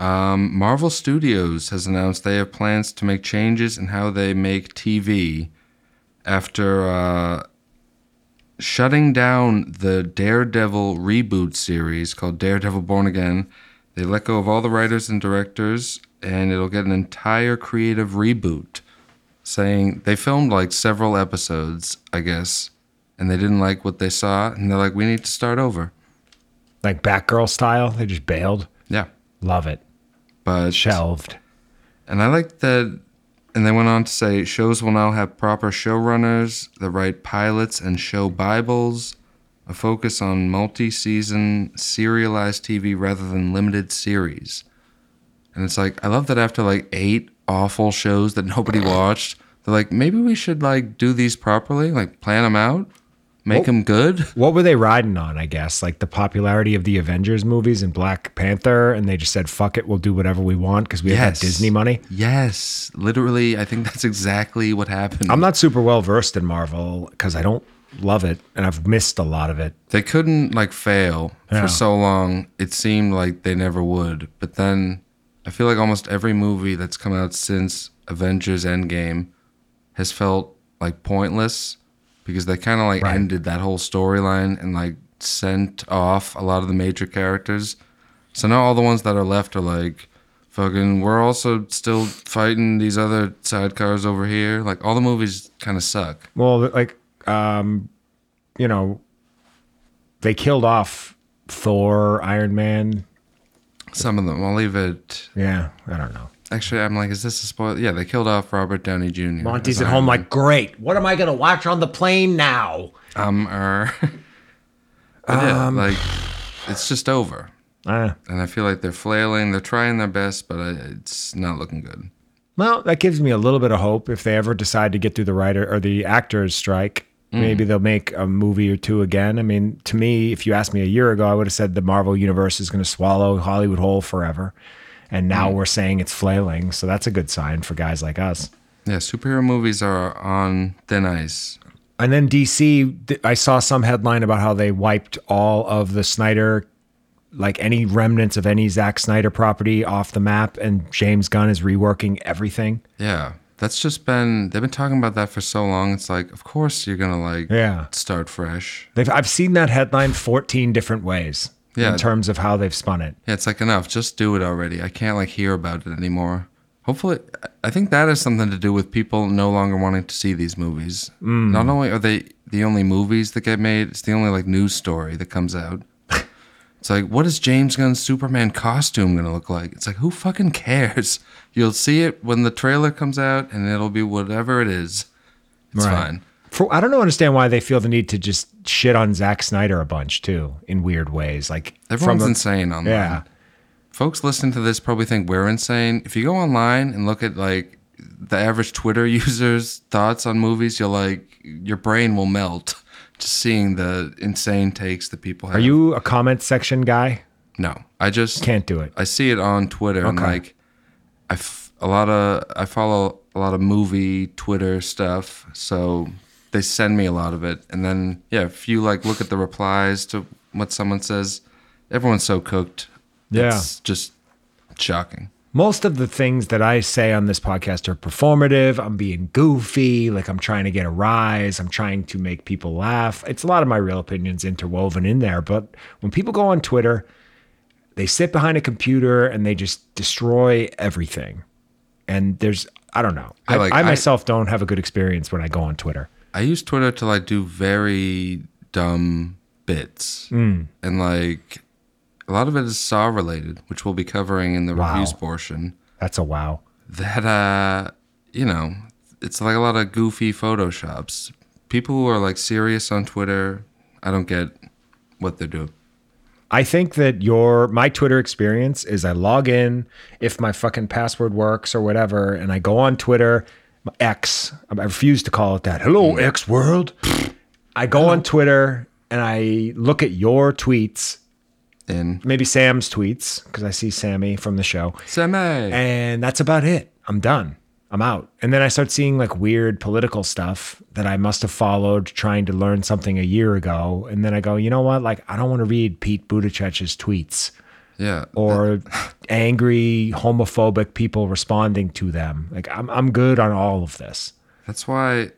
Um, Marvel Studios has announced they have plans to make changes in how they make TV after uh, shutting down the Daredevil reboot series called Daredevil Born Again. They let go of all the writers and directors, and it'll get an entire creative reboot. Saying they filmed like several episodes, I guess, and they didn't like what they saw, and they're like, we need to start over. Like Batgirl style, they just bailed. Yeah. Love it. But Shelved. And I like that. And they went on to say shows will now have proper showrunners, the right pilots and show Bibles, a focus on multi season serialized TV rather than limited series. And it's like, I love that after like eight awful shows that nobody watched, they're like, maybe we should like do these properly, like plan them out, make them good. What were they riding on? I guess like the popularity of the Avengers movies and Black Panther, and they just said, "Fuck it, we'll do whatever we want" because we have that Disney money. Yes. Literally, I think that's exactly what happened. I'm not super well versed in Marvel because I don't love it, and I've missed a lot of it. they couldn't like fail Yeah. for so long it seemed like they never would but then i feel like almost every movie that's come out since avengers endgame has felt like pointless because they kind of like Right. ended that whole storyline and like sent off a lot of the major characters so now all the ones that are left are like fucking we're also still fighting these other sidecars over here like all the movies kind of suck Well, like, um, you know, they killed off Thor, Iron Man. some of them i'll leave it Yeah, I don't know. Actually, I'm like, is this a spoiler? Yeah, they killed off Robert Downey Jr. Monty's as at Iron home, Man. like, great. What am I going to watch on the plane now? um, er. But yeah, Um. like, it's just over, Uh, and I feel like they're flailing. They're trying their best, but I, it's not looking good. well, that gives me a little bit of hope. If they ever decide to get through the writer or the actors' strike, maybe they'll make a movie or two again. I mean, to me, if you asked me a year ago, I would have said the Marvel universe is going to swallow Hollywood whole forever. And now we're saying it's flailing. So that's a good sign for guys like us. Yeah, superhero movies are on thin ice. And then DC, th- I saw some headline about how they wiped all of the Snyder, like any remnants of any Zack Snyder property off the map, and James Gunn is reworking everything. Yeah, that's just been. They've been talking about that for so long. It's like, of course you're gonna like, Yeah. start fresh. They've, I've seen that headline 14 different ways Yeah. in terms of how they've spun it. Yeah, it's like enough. Just do it already. I can't like hear about it anymore. Hopefully, I think that has something to do with people no longer wanting to see these movies. Mm. Not only are they the only movies that get made, it's the only like news story that comes out. it's like, what is James Gunn's Superman costume gonna look like? It's like, who fucking cares? You'll see it when the trailer comes out, and it'll be whatever it is. It's Right. fine. For, I don't know, understand why they feel the need to just shit on Zack Snyder a bunch too in weird ways. Like Everyone's from a- insane online. yeah, folks listening to this probably think we're insane. If you go online and look at like the average Twitter user's thoughts on movies, you're like your brain will melt just seeing the insane takes that people have. are you a comment section guy? No, I just Can't do it. I see it on Twitter and Okay. like I f- a lot of I follow a lot of movie Twitter stuff, so they send me a lot of it, and then yeah, if you like look at the replies to what someone says, everyone's so cooked. Yeah. it's just shocking. Most of the things that I say on this podcast are performative. I'm being goofy, like I'm trying to get a rise, I'm trying to make people laugh. It's a lot of my real opinions interwoven in there, but when people go on Twitter, they sit behind a computer and they just destroy everything. And there's I don't know. I, Yeah, like, I I- myself don't have a good experience when I go on Twitter. I use Twitter to like do very dumb bits, Mm. and like a lot of it is Saw related, which we'll be covering in the Wow. reviews portion. That's a wow. That uh, you know, it's like a lot of goofy photoshops. People who are like serious on Twitter, I don't get what they're doing. I think that your my Twitter experience is I log in if my fucking password works or whatever, and I go on Twitter, my X. I refuse to call it that. Hello, X world. I go on Twitter and I look at your tweets, In maybe Sam's tweets because I see Sammy from the show, semi, and that's about it. I'm done. I'm out. And then I start seeing like weird political stuff that I must have followed trying to learn something a year ago. And then I go, you know what? Like, I don't want to read Pete Buttigieg's tweets yeah, or angry homophobic people responding to them. Like I'm I'm good on all of this. That's why,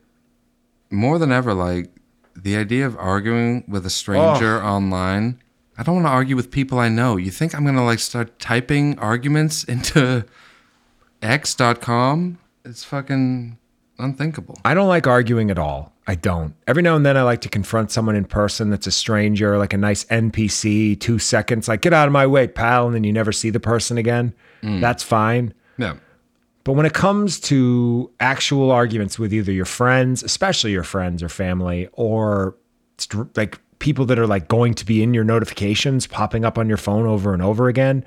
more than ever, like the idea of arguing with a stranger online. I don't want to argue with people I know. You think I'm gonna like start typing arguments into X.com? It's fucking unthinkable. I don't like arguing at all. I don't. Every now and then I like to confront someone in person that's a stranger, like a nice NPC, 2 seconds like get out of my way, pal, and then you never see the person again. That's fine. Yeah, But when it comes to actual arguments with either your friends, especially your friends or family, or str- like people that are like going to be in your notifications popping up on your phone over and over again,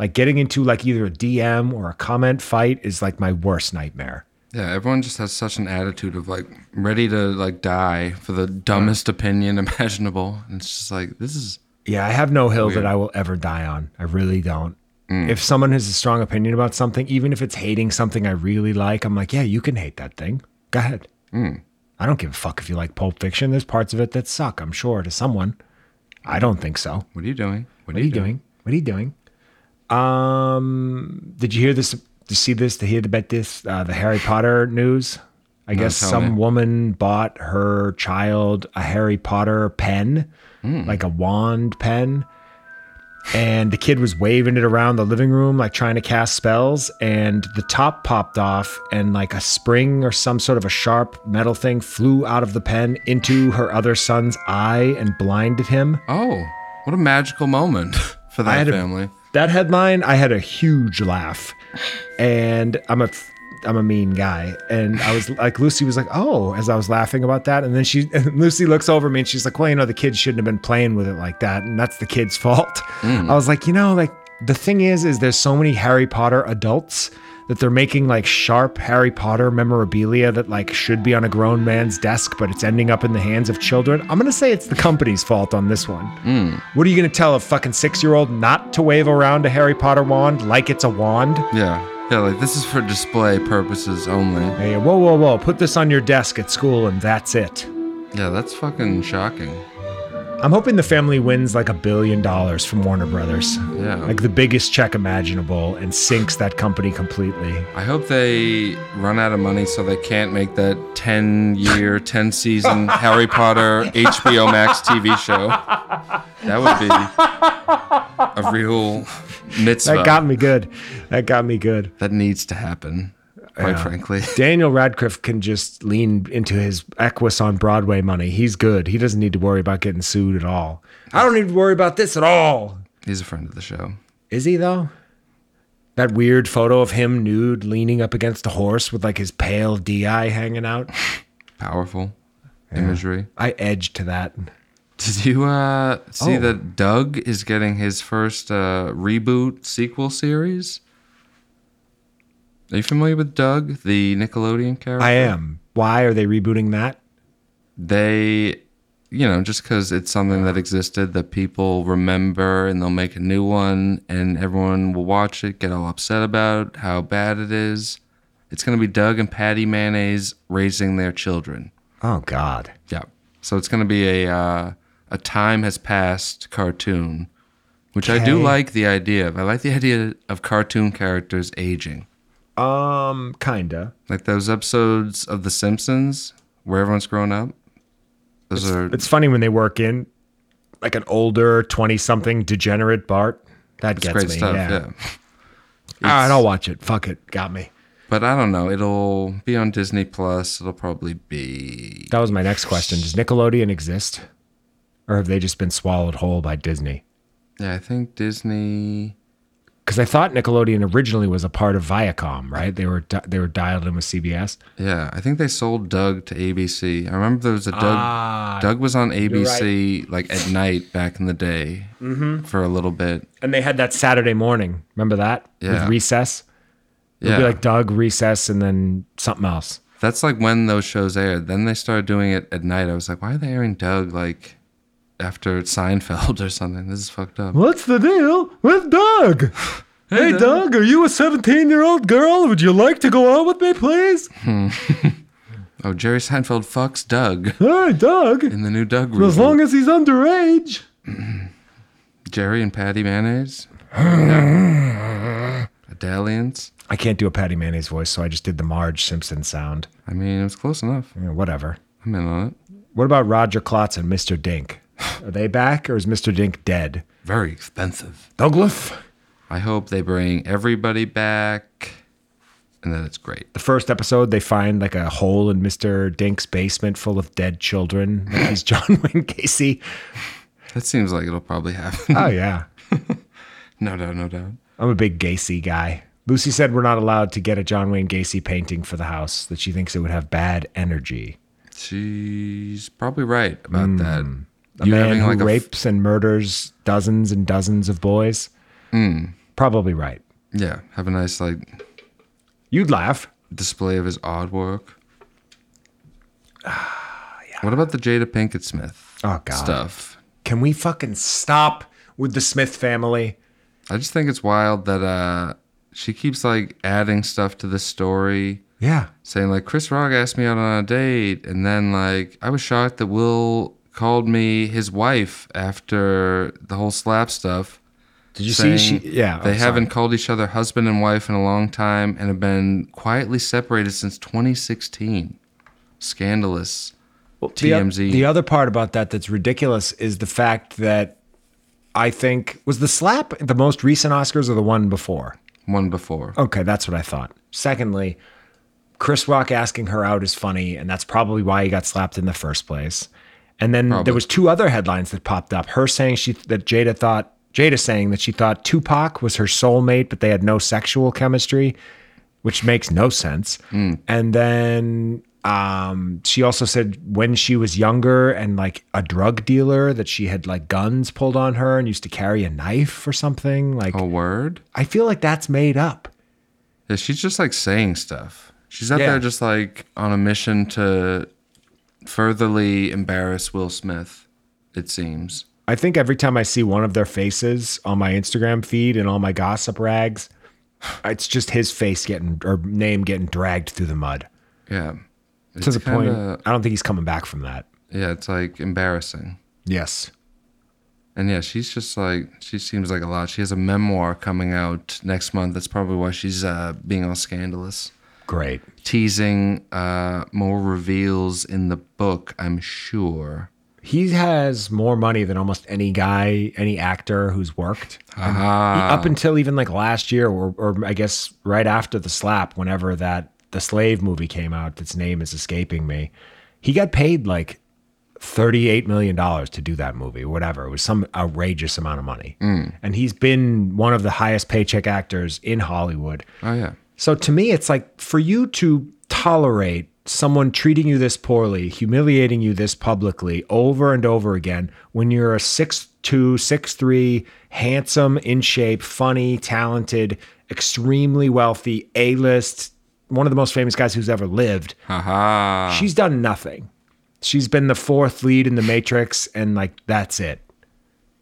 like getting into like either a DM or a comment fight is like my worst nightmare. yeah. Everyone just has such an attitude of like ready to like die for the dumbest opinion imaginable. And it's just like this is Yeah, I have no hill that I will ever die on. I really don't. If someone has a strong opinion about something, even if it's hating something I really like, I'm like, yeah, you can hate that thing. Go ahead. I don't give a fuck if you like Pulp Fiction. There's parts of it that suck, I'm sure, to someone. I don't think so. What what are you doing? What, are you doing? What are you doing? Um, did you hear this? Did you see this? To hear about this, uh, the Harry Potter news. I guess tell some me. woman bought her child a Harry Potter pen, like a wand pen, and the kid was waving it around the living room, like trying to cast spells. And the top popped off, and like a spring or some sort of a sharp metal thing flew out of the pen into her other son's eye and blinded him. Oh, what a magical moment for that had a- family. That headline, I had a huge laugh, and I'm a, I'm a mean guy, and I was like, Lucy was like, oh, as I was laughing about that, and then she, and Lucy looks over me and she's like, well, you know, the kids shouldn't have been playing with it like that, and that's the kid's fault. Hmm. I was like, you know, like the thing is, is there's so many Harry Potter adults that they're making like sharp Harry Potter memorabilia that like should be on a grown man's desk, but it's ending up in the hands of children. I'm gonna say it's the company's fault on this one. What are you going to tell a fucking six year old not to wave around a Harry Potter wand like it's a wand? Yeah, yeah. Like this is for display purposes only. Hey, whoa, whoa, whoa, put this on your desk at school and that's it. Yeah, that's fucking shocking. I'm hoping the family wins like a billion dollars from Warner Brothers. Yeah. Like the biggest check imaginable and sinks that company completely. I hope they run out of money so they can't make that 10 year, 10 season Harry Potter HBO Max TV show. That would be a real mitzvah That got me good. That got me good. that needs to happen, quite Yeah. frankly. Daniel Radcliffe can just lean into his Equus on Broadway money. He's good. He doesn't need to worry about getting sued at all. I don't need to worry about this at all. He's a friend of the show. Is he though? That weird photo of him nude leaning up against a horse with like his pale DI hanging out. Powerful imagery. I edged to that. Did you uh, see Oh. that Doug is getting his first uh, reboot sequel series? Are you familiar with Doug, the Nickelodeon character? I am. Why are they rebooting that? they you know just because it's something that existed that people remember and they'll make a new one and everyone will watch it get all upset about how bad it is it's going to be doug and patty mayonnaise raising their children Oh God. yeah so it's going to be a uh, a time has passed cartoon which i do Okay. like the idea of i like the idea of cartoon characters aging Um, kinda. like those episodes of the simpsons where everyone's grown up those are It's funny when they work in like an older twenty-something degenerate Bart. That gets great me. stuff yeah. yeah. All right, I'll watch it. Fuck it. Got me. But I don't know. It'll be on Disney Plus. It'll probably be. That was my next question. Does Nickelodeon exist? or have they just been swallowed whole by Disney? Yeah, I think Disney. Because I thought Nickelodeon originally was a part of Viacom, right? They were di- they were dialed in with CBS. Yeah, I think they sold Doug to ABC. I remember there was a Doug. Ah, Doug was on ABC like at night back in the day for a little bit. And they had that Saturday morning. Remember that Yeah. with recess? It'd Yeah, be like Doug recess and then something else. that's like when those shows aired. Then they started doing it at night. I was like, why are they airing Doug like after Seinfeld or something? This is fucked up. What's the deal with Doug? Hey, Doug, are you a 17 year old girl? Would you like to go out with me, please? Oh, Jerry Seinfeld fucks Doug Hey, Doug, in the new Doug reboot. as he's underage. Jerry and Patty mayonnaise. a dalliance. I can't do a Patty Mayonnaise voice, so I just did the Marge Simpson sound. I mean, it was close enough. Yeah, whatever. I'm in on it. What about Roger Klotz and Mr. Dink? Are they back or is Mr. Dink dead? Very expensive. Douglas. I hope they bring everybody back and that it's great. The first episode, they find like a hole in Mr. Dink's basement full of dead children. Like he's John Wayne Casey. That seems like it'll probably happen. Oh, yeah. no doubt, no doubt. I'm a big Gacy guy. Lucy said we're not allowed to get a John Wayne Gacy painting for the house, that she thinks it would have bad energy. She's probably right about that. Hmm. A man who a f- rapes and murders dozens and dozens of boys. Hmm. Probably right. yeah, have a nice like You'd laugh. display of his odd work. What about the Jada Pinkett Smith Oh, God. stuff? Can we fucking stop with the Smith family? I just think it's wild that uh, she keeps like adding stuff to the story, Yeah. saying like Chris Rock asked me out on a date, and then like I was shocked that Will called me his wife after the whole slap stuff. Did you saying see? She, yeah. they I'm sorry. haven't called each other husband and wife in a long time and have been quietly separated since 2016. Scandalous. The o- TMZ. The, other part about that that's ridiculous is the fact that I think was the slap the most recent Oscars or the one before? One before. Okay, that's what I thought. Secondly, Chris Rock asking her out is funny, and that's probably why he got slapped in the first place. And then there was two other headlines that popped up. Her saying she that Jada thought Jada saying that she thought Tupac was her soulmate, but they had no sexual chemistry, which makes no sense. And then um, she also said when she was younger and like a drug dealer that she had like guns pulled on her and used to carry a knife or something. Like A word? I feel like that's made up. Yeah, she's just like saying stuff. She's out Yeah. there just like on a mission to furtherly embarrass Will Smith, it seems. I think every time I see one of their faces on my Instagram feed and all my gossip rags, it's just his face getting or name getting dragged through the mud Yeah. to the kinda- point. I don't think he's coming back from that. Yeah, it's like embarrassing. Yes. And yeah, she's just like she seems like a lot. She has a memoir coming out next month. That's probably why she's uh, being all scandalous. Great. teasing uh, more reveals in the book, I'm sure. He has more money than almost any guy, any actor who's worked. And Up until even like last year, or, or I guess right after the slap, whenever that the slave movie came out, its name is escaping me. He got paid like $38 million to do that movie, whatever. It was some outrageous amount of money. And he's been one of the highest paycheck actors in Hollywood. Oh, yeah. So to me, it's like for you to tolerate someone treating you this poorly, humiliating you this publicly over and over again when you're a 6'2, 6'3, handsome, in shape, funny, talented, extremely wealthy, A list, one of the most famous guys who's ever lived. Haha. She's done nothing. She's been the fourth lead in the Matrix, and like that's it.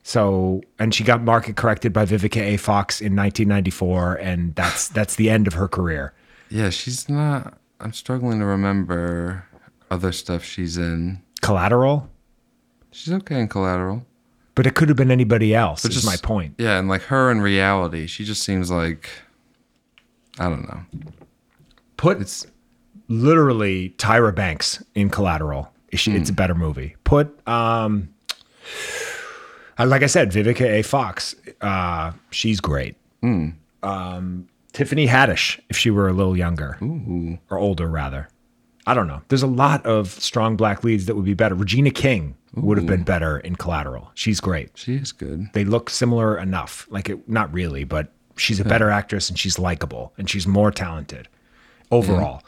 So, and she got market corrected by Vivica A. Fox in 1994, and that's that's the end of her career. Yeah, she's not. I'm struggling to remember other stuff she's in. Collateral, She's okay in Collateral. but it could have been anybody else. Which is just- my point. Yeah, and like her in reality, she just seems like. I don't know. Put It's literally Tyra Banks in Collateral. It's, it's a better movie. Put um, uh, like I said, Vivica A. Fox. Uh, she's great. Um, Tiffany Haddish, if she were a little younger or older, rather. I don't know. There's a lot of strong black leads that would be better. Regina King would have been better in Collateral. She's great. She is good. They look similar enough. Like it, not really, but she's a better actress and she's likable and she's more talented overall.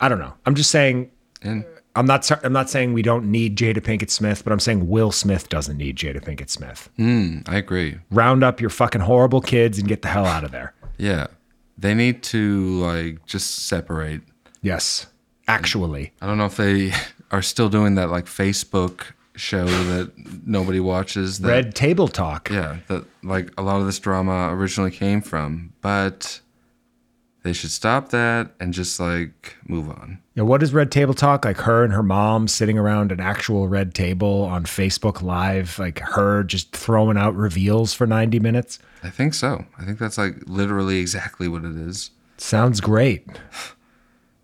I don't know. I'm just saying. And I'm not. sa- I'm not saying we don't need Jada Pinkett Smith, but I'm saying Will Smith doesn't need Jada Pinkett Smith. I agree. Round up your fucking horrible kids and get the hell out of there. Yeah. They need to like just separate. Yes, actually, I don't know if they are still doing that like Facebook show that nobody watches. That, Red Table Talk. Yeah, that like a lot of this drama originally came from, but they should stop that and just like move on. Now, what is Red Table Talk? Like her and her mom sitting around an actual red table on Facebook Live, like her just throwing out reveals for 90 minutes. I think so. I think that's like literally exactly what it is. Sounds great.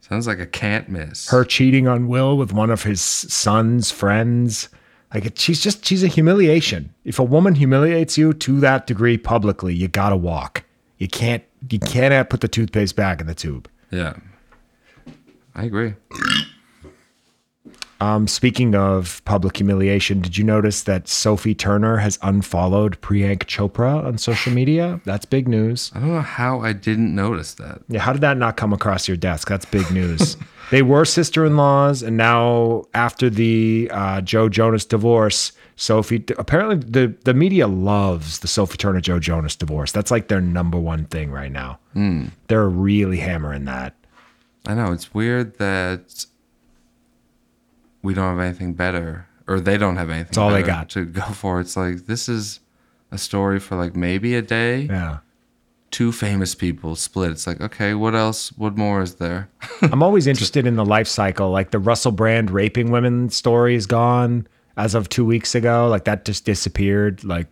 Sounds like a can't miss. Her cheating on Will with one of his son's friends. Like it, she's just, she's a humiliation. If a woman humiliates you to that degree publicly, you gotta walk. You can't, you cannot put the toothpaste back in the tube. Yeah. I agree. Um, speaking of public humiliation, did you notice that Sophie Turner has unfollowed Priyank Chopra on social media? That's big news. I don't know how I didn't notice that. Yeah, how did that not come across your desk? That's big news. they were sister in laws, and now after the uh, Joe Jonas divorce, Sophie apparently the the media loves the Sophie Turner Joe Jonas divorce. That's like their number one thing right now. They're really hammering that. I know it's weird that we don't have anything better, or they don't have anything. That's all they got. to go for. It's like this is a story for like maybe a day. Yeah. Two famous people split. It's like okay, what else? What more is there? I'm always interested in the life cycle. Like the Russell Brand raping women story is gone as of two weeks ago. Like that just disappeared. Like,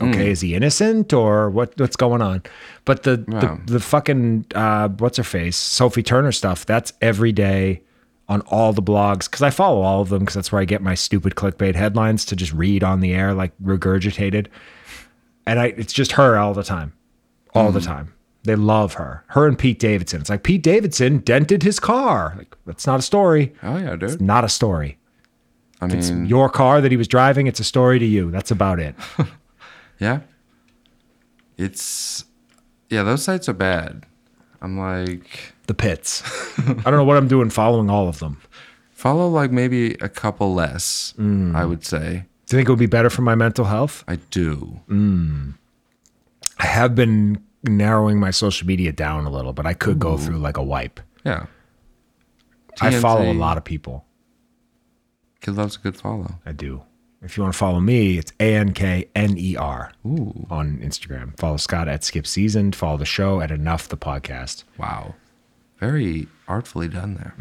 okay, is he innocent or what? What's going on? But the Yeah. the, the fucking uh, what's her face Sophie Turner stuff. That's every day on all the blogs because I follow all of them because that's where I get my stupid clickbait headlines to just read on the air like regurgitated. And I, it's just her all the time all Mm-hmm. the time. They love her. Her and Pete Davidson. It's like Pete Davidson dented his car. Like that's not a story. oh yeah, dude. Not a story. I mean, It's your car that he was driving. It's a story to you. That's about it. yeah. It's yeah. Those sites are bad. I'm like The pits. I don't know what I'm doing following all of them. follow like maybe a couple less. I would say Do you think it would be better for my mental health? I do. I have been narrowing my social media down a little, but I could go through like a wipe. Yeah. I follow a TNT. lot of people. Kid loves a good follow. I do. If you want to follow me, it's A N K N E R Ooh. on Instagram. Follow Scott at Skip Seasoned. Follow the show at Enough the Podcast. Wow. Mm. Very artfully done there.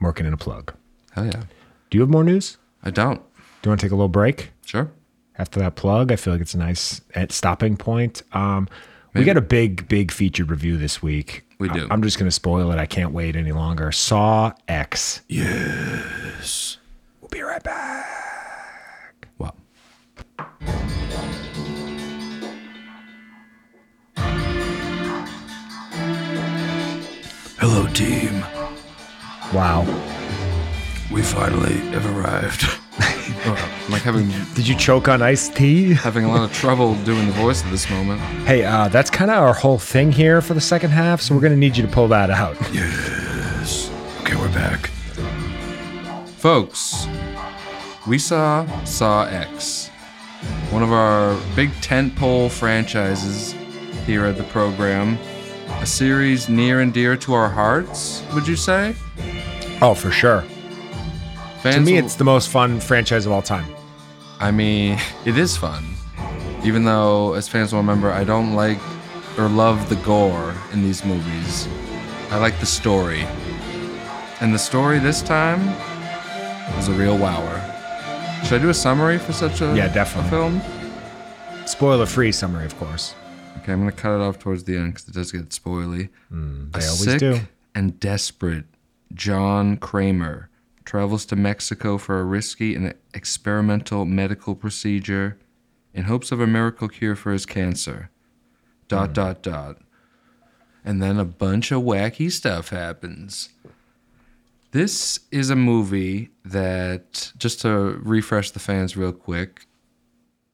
Working in a plug. Hell yeah. Do you have more news? I don't. Do you want to take a little break Sure. after that plug? I feel like it's a nice eh, stopping point. Um, we got a big, big feature review this week. We do. I, am just going to spoil it. I can't wait any longer. Saw X. Yes. We'll be right back. Wow. Hello, team. Wow. We finally have arrived. I'm like having Did you choke on iced tea? having a lot of trouble doing the voice at this moment. Hey, uh, that's kind of our whole thing here for the second half. So we're going to need you to pull that out. Okay, we're back. Folks, we saw Saw X, one of our big tentpole franchises here at the program. A series near and dear to our hearts, would you say? Oh, for sure. Fans to me, will- it's the most fun franchise of all time. I mean, it is fun. Even though, as fans will remember, I don't like or love the gore in these movies. I like the story. And the story this time was a real wower. Should I do a summary for such a, Yeah, a definitely. film? Spoiler free summary, of course. Okay, I'm going to cut it off towards the end because it does get spoily. Hmm, They a always sick do. and desperate John Kramer travels to Mexico for a risky and experimental medical procedure in hopes of a miracle cure for his cancer. Hmm. Dot, dot, dot. And then a bunch of wacky stuff happens. This is a movie that, just to refresh the fans real quick,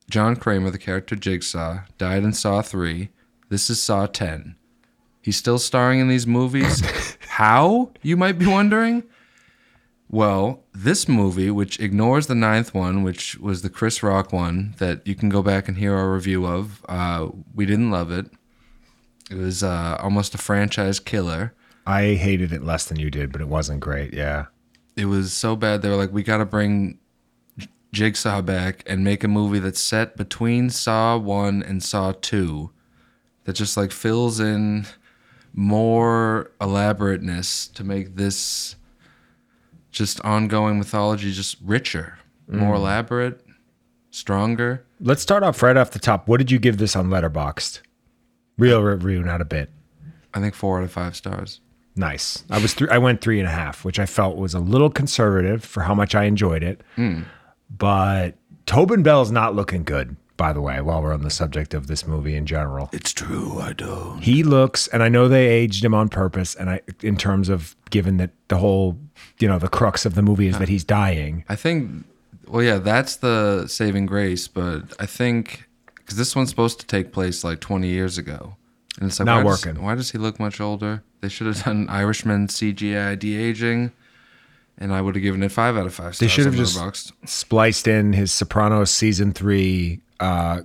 John Kramer, the character Jigsaw, died in Saw 3. This is Saw 10. He's still starring in these movies. How, you might be wondering? Well, this movie, which ignores the ninth one, which was the Chris Rock one that you can go back and hear our review of, uh, we didn't love it. It was uh, almost a franchise killer. I hated it less than you did, but it wasn't great. Yeah. it was so bad they were like we got to bring J- jigsaw back and make a movie that's set between saw 1 and saw 2 that just like fills in more elaborateness to make this just ongoing mythology just richer more elaborate stronger Let's start off right off the top. What did you give this on Letterboxd? Real review, not a bit. i think four out of five stars Nice. I was three. I went three and a half, which I felt was a little conservative for how much I enjoyed it. But Tobin Bell's not looking good, by the way. While we're on the subject of this movie in general, It's true, I don't. he looks, and I know they aged him on purpose. And I, in terms of given that the whole, you know, the crux of the movie is that he's dying. I think, well, yeah, that's the saving grace. But I think because this one's supposed to take place like 20 years ago, and it's like Not why Does, working. why does he look much older? They should have done Irishman CGI de aging, and I would have given it five out of five. Stars They should have on just Letterboxd. spliced in his Sopranos season three uh,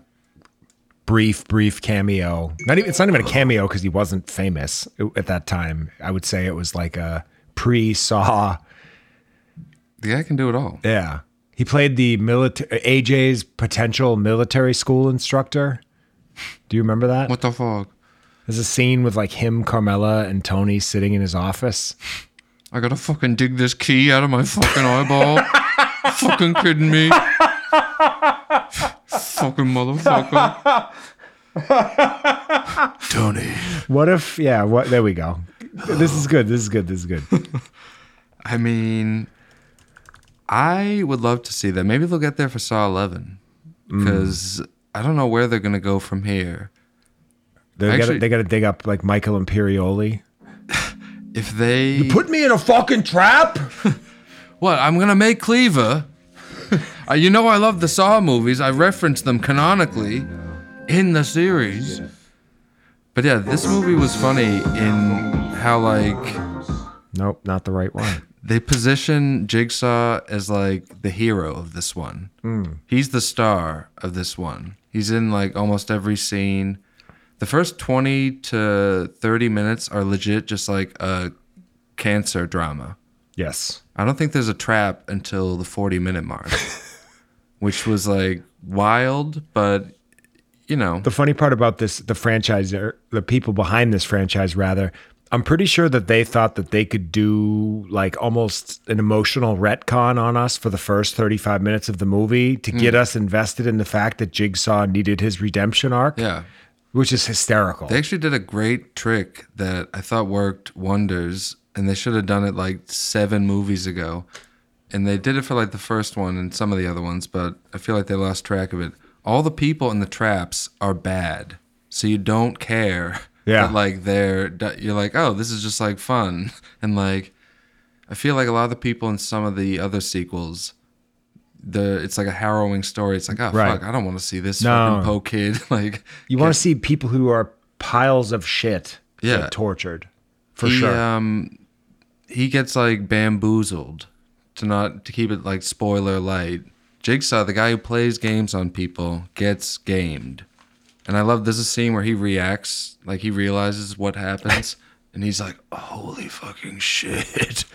brief, brief cameo. Not even it's not even a cameo because he wasn't famous at that time. I would say it was like a pre-Saw. the guy can do it all. Yeah, he played the military AJ's potential military school instructor. Do you remember that? What the fuck? There's a scene with like him, Carmela, and Tony sitting in his office. I gotta fucking dig this key out of my fucking eyeball. fucking kidding me? fucking motherfucker. Tony, What if? Yeah. What? There we go. This is good. This is good. This is good. I mean, I would love to see that. Maybe they'll get there for Saw 11 because I don't know where they're going to go from here. They got Actually- they got to dig up like Michael Imperioli. If they Put me in a fucking trap. what I'm going to make Cleaver. Uh, you know I love the Saw movies. I reference them canonically in the series. But yeah, this movie was funny in how like Nope, not the right one. they position Jigsaw as like the hero of this one. He's the star of this one. He's in like almost every scene. The first 20 to 30 minutes are legit just like a cancer drama. Yes. I don't think there's a trap until the 40 minute mark, which was like wild, but you know, The funny part about this, the franchise, or the people behind this franchise, rather, I'm pretty sure that they thought that they could do like almost an emotional retcon on us for the first 35 minutes of the movie to get us invested in the fact that Jigsaw needed his redemption arc, yeah. which is hysterical. They actually did a great trick that I thought worked wonders, and they should have done it like seven movies ago. And they did it for like the first one and some of the other ones, but I feel like they lost track of it. All the people in the traps are bad, so you don't care. Yeah. that, like they're d- you're like, oh, this is just like fun, and like I feel like a lot of the people in some of the other sequels. The, it's like a harrowing story. It's like, oh Right. fuck, I don't want to see this No. fucking po kid. like, you want to see people who are piles of shit Yeah. get tortured, for he, sure. Um, he gets like bamboozled to not to keep it like spoiler light. Jigsaw, the guy who plays games on people, gets gamed. And I love there's a scene where he reacts, like he realizes what happens, and he's like, holy fucking shit.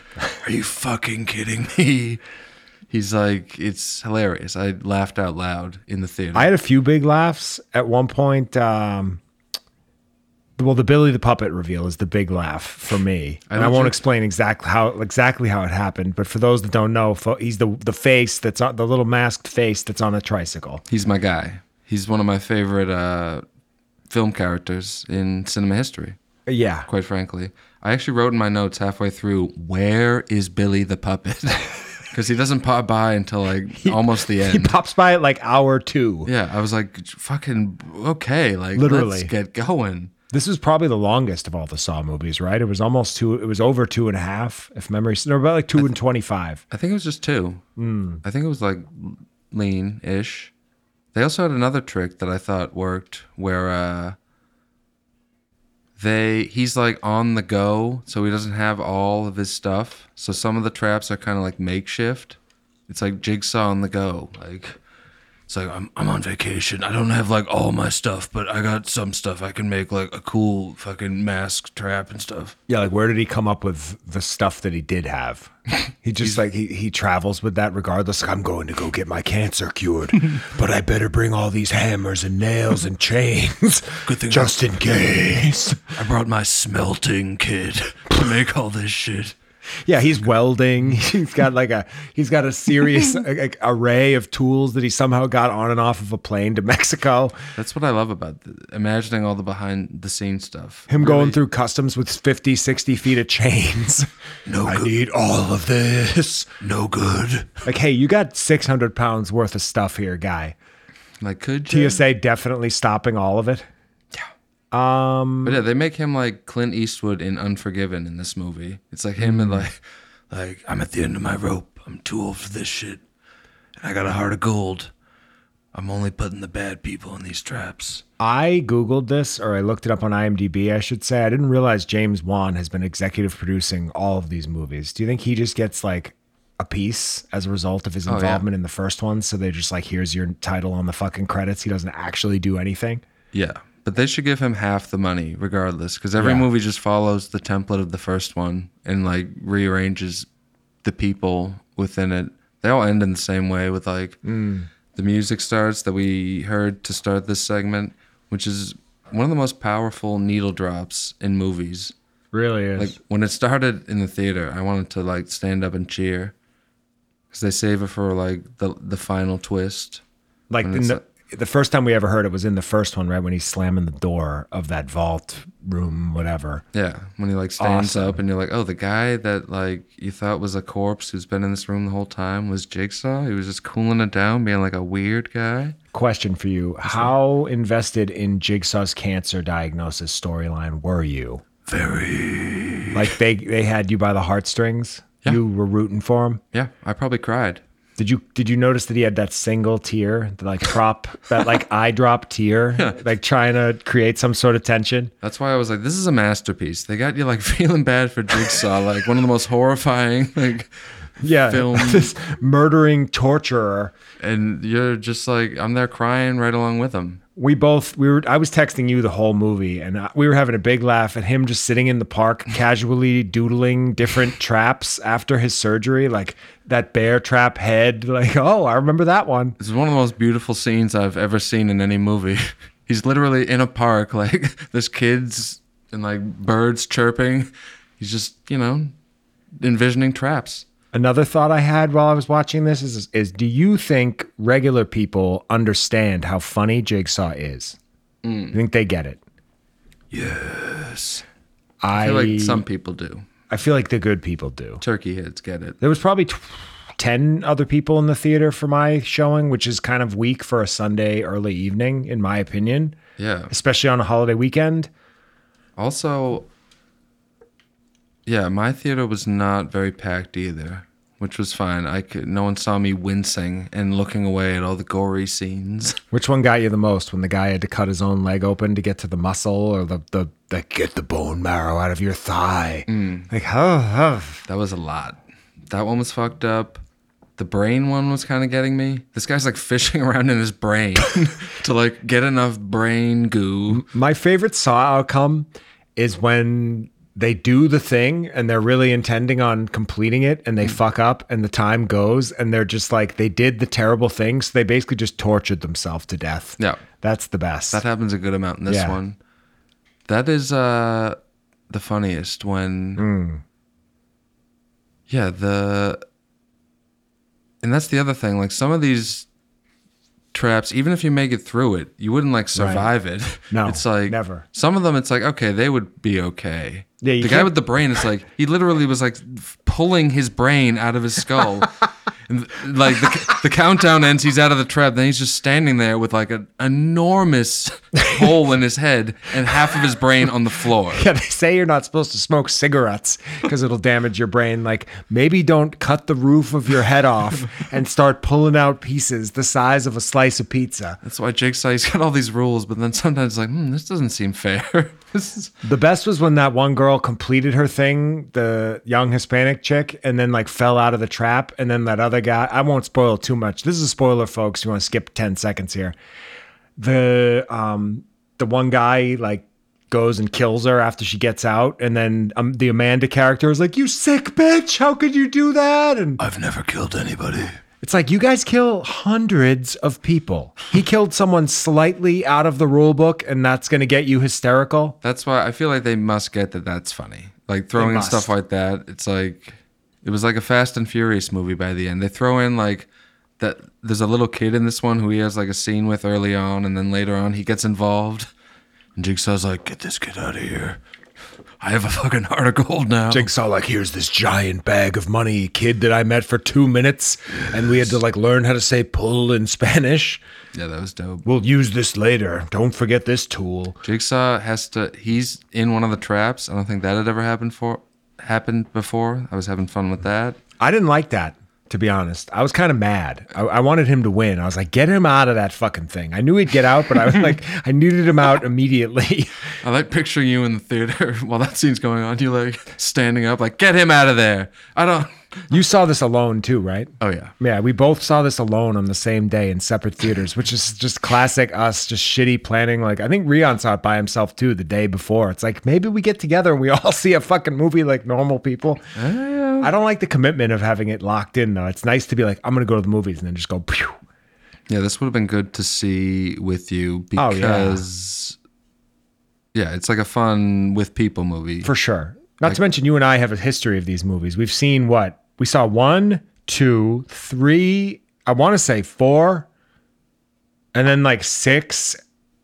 Are you fucking kidding me? He's like, it's hilarious. I laughed out loud in the theater. I had a few big laughs at one point. Um, well, the Billy the Puppet reveal is the big laugh for me, and I don't won't you- explain exactly how exactly how it happened. But for those that don't know, fo- he's the the face that's on, the little masked face that's on a tricycle. he's my guy. He's one of my favorite uh, film characters in cinema history. Yeah, quite frankly. I actually wrote in my notes halfway through, "Where is Billy the Puppet?" Because he doesn't pop by until like almost the he end. pops by at like hour two. yeah, I was like, "Fucking okay, like Literally. let's get going." This was probably the longest of all the Saw movies, right? It was almost two. It was over two and a half, if memory. No, about like two and twenty-five. I think it was just two. I think it was like lean ish. They also had another trick that I thought worked where uh, they he's like on the go, so he doesn't have all of his stuff. So some of the traps are kind of like makeshift. It's like jigsaw on the go. Like it's like I'm I'm on vacation. I don't have like all my stuff, but I got some stuff. I can make like a cool fucking mask trap and stuff. Yeah, like where did he come up with the stuff that he did have? He just like he, he travels with that regardless. Like, I'm going to go get my cancer cured, but I better bring all these hammers and nails and chains Good thing just in case. I brought my smelting kit to make all this shit. Yeah, he's welding. He's got like a he's got a serious like, array of tools that he somehow got on and off of a plane to Mexico. That's what I love about the, imagining all the behind the scenes stuff. Him going through customs with 50, 60 feet of chains. No I good. need all of this. No good. Like, hey, you got 600 pounds worth of stuff here, guy. Like could you? TSA definitely stopping all of it. But yeah, they make him like Clint Eastwood in Unforgiven in this movie. It's like him and like Like, I'm at the end of my rope. I'm too old for this shit. And I got a heart of gold. I'm only putting the bad people in these traps. I Googled this or I looked it up on IMDb, I should say. I didn't realize James Wan has been executive producing all of these movies. Do you think he just gets like a piece as a result of Oh, his yeah. involvement in the first one? So they're just like, here's your title on the fucking credits. He doesn't actually do anything. yeah. But they should give him half the money regardless, because every Yeah. movie just follows the template of the first one and like rearranges the people within it. They all end in the same way with like the music starts that we heard to start this segment, which is one of the most powerful needle drops in movies. Really is. Like when it started in the theater, I wanted to like stand up and cheer because they save it for like the the final twist. Like And in it's the, the first time we ever heard it was in the first one, right? When he's slamming the door of that vault room, whatever. Yeah, when he like stands Awesome. up and you're like, oh, the guy that like you thought was a corpse who's been in this room the whole time was Jigsaw. He was just cooling it down, being like a weird guy. Question for you How invested in Jigsaw's cancer diagnosis storyline were you? Very. Like they, they had you by the heartstrings. Yeah. You were rooting for him. Yeah, I probably cried. Did you did you notice that he had that single tear, the like prop, that like eye drop tear, like trying to create some sort of tension? That's why I was like, this is a masterpiece. They got you like feeling bad for Jigsaw, like one of the most horrifying like Yeah, Film. this murdering torturer. and you're just like I'm there crying right along with him. we both we were i was texting you the whole movie and uh, we were having a big laugh at him just sitting in the park casually doodling different traps after his surgery like that bear trap head like oh i remember that one This is one of the most beautiful scenes I've ever seen in any movie. He's literally in a park, like there's kids and like birds chirping. He's just, you know, envisioning traps. another thought i had while i was watching this is is do you think regular people understand how funny jigsaw is you think they get it Yes. I i feel feel like, like some people do. I feel like the good people do Turkey heads get it. There was probably t- 10 other people in the theater for my showing, which is kind of weak for a Sunday early evening, in my opinion, Yeah. especially on a holiday weekend. Also, yeah, my theater was not very packed either, which was fine. I could, no one saw me wincing and looking away at all the gory scenes. Which one got you the most when the guy had to cut his own leg open to get to the muscle or the, the, the get the bone marrow out of your thigh? Like, huh, huh. That was a lot. That one was fucked up. The brain one was kind of getting me. This guy's like fishing around in his brain to like get enough brain goo. My favorite Saw outcome is when they do the thing and they're really intending on completing it and Mm. they fuck up and the time goes and they're just like, they did the terrible thing. So they basically just tortured themselves to death. Yeah, That's the best. that happens a good amount in this Yeah. one. That is uh the funniest when Mm. Yeah, the and that's the other thing. Like some of these traps, even if you make it through it, you wouldn't like survive it. No, it's like never. Some of them, it's like okay, they would be okay. Yeah, you the guy can't- with the brain, it's like he literally was like f- pulling his brain out of his skull. And th- like the, the countdown ends, he's out of the trap. Then he's just standing there with like an enormous hole in his head and half of his brain on the floor. Yeah, they say you're not supposed to smoke cigarettes because it'll damage your brain. Like, maybe don't cut the roof of your head off and start pulling out pieces the size of a slice of pizza. That's why Jake said he's got all these rules, but then sometimes it's like, hmm, this doesn't seem fair. this is The best was when that one girl completed her thing, the young Hispanic chick, and then like fell out of the trap. And then that other guy, I won't spoil too much. This is a spoiler, folks. You want to skip 10 seconds here. The um the one guy like goes and kills her after she gets out, and then um, the Amanda character is like, You sick bitch, how could you do that? And I've never killed anybody. it's like you guys kill hundreds of people. He killed someone slightly out of the rule book, and that's gonna get you hysterical. That's why I feel like they must get that that's funny. Like throwing in stuff must. like that, it's like it was like a Fast and Furious movie by the end. They throw in like that there's a little kid in this one who he has like a scene with early on and then later on he gets involved. And Jigsaw's like, Get this kid out of here. I have a fucking heart of gold Oh. now. Jigsaw, like, here's this giant bag of money, kid that I met for two minutes, and we had to like learn how to say pull in Spanish. Yeah, that was dope. We'll use this later. Don't forget this tool. Jigsaw has to he's in one of the traps. I don't think that had ever happened for happened before. I was having fun with that. I didn't like that, to be honest. I was kind of mad. I, I wanted him to win. I was like, get him out of that fucking thing. I knew he'd get out, but I was like, I needed him out immediately. I like picturing you in the theater while that scene's going on. You like standing up, like, get him out of there. I don't you saw this alone too, right? Oh yeah. Yeah, we both saw this alone on the same day in separate theaters, which is just classic us, just shitty planning. Like, I think Rion saw it by himself too the day before. It's like, maybe we get together and we all see a fucking movie like normal people. Oh. I don't like the commitment of having it locked in, though. It's nice to be like, I'm going to go to the movies and then just go, pew. Yeah, this would have been good to see with you Oh, yeah. because yeah. it's like a fun with people movie. For sure. Not to mention, you and I have a history of these movies. We've seen what? We saw one, two, three, I want to say four, and then like six,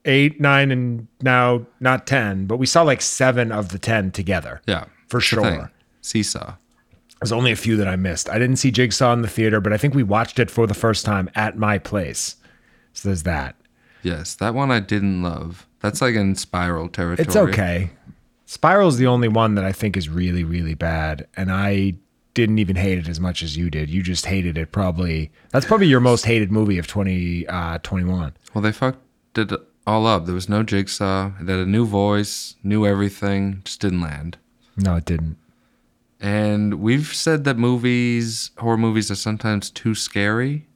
eight, nine, and now not 10, but we saw like seven of the 10 together. yeah, For it's a thing. sure. Seesaw. There's only a few that I missed. I didn't see Jigsaw in the theater, but I think we watched it for the first time at my place. So there's that. Yes, that one I didn't love. That's like in spiral territory. It's okay. Spiral's the only one that I think is really, really bad. And I didn't even hate it as much as you did. You just hated it probably. That's probably your most hated movie of 20, uh, 21. Well, they fucked it all up. There was no jigsaw. It had a new voice, knew everything, just didn't land. No, it didn't. And we've said that movies, horror movies, are sometimes too scary.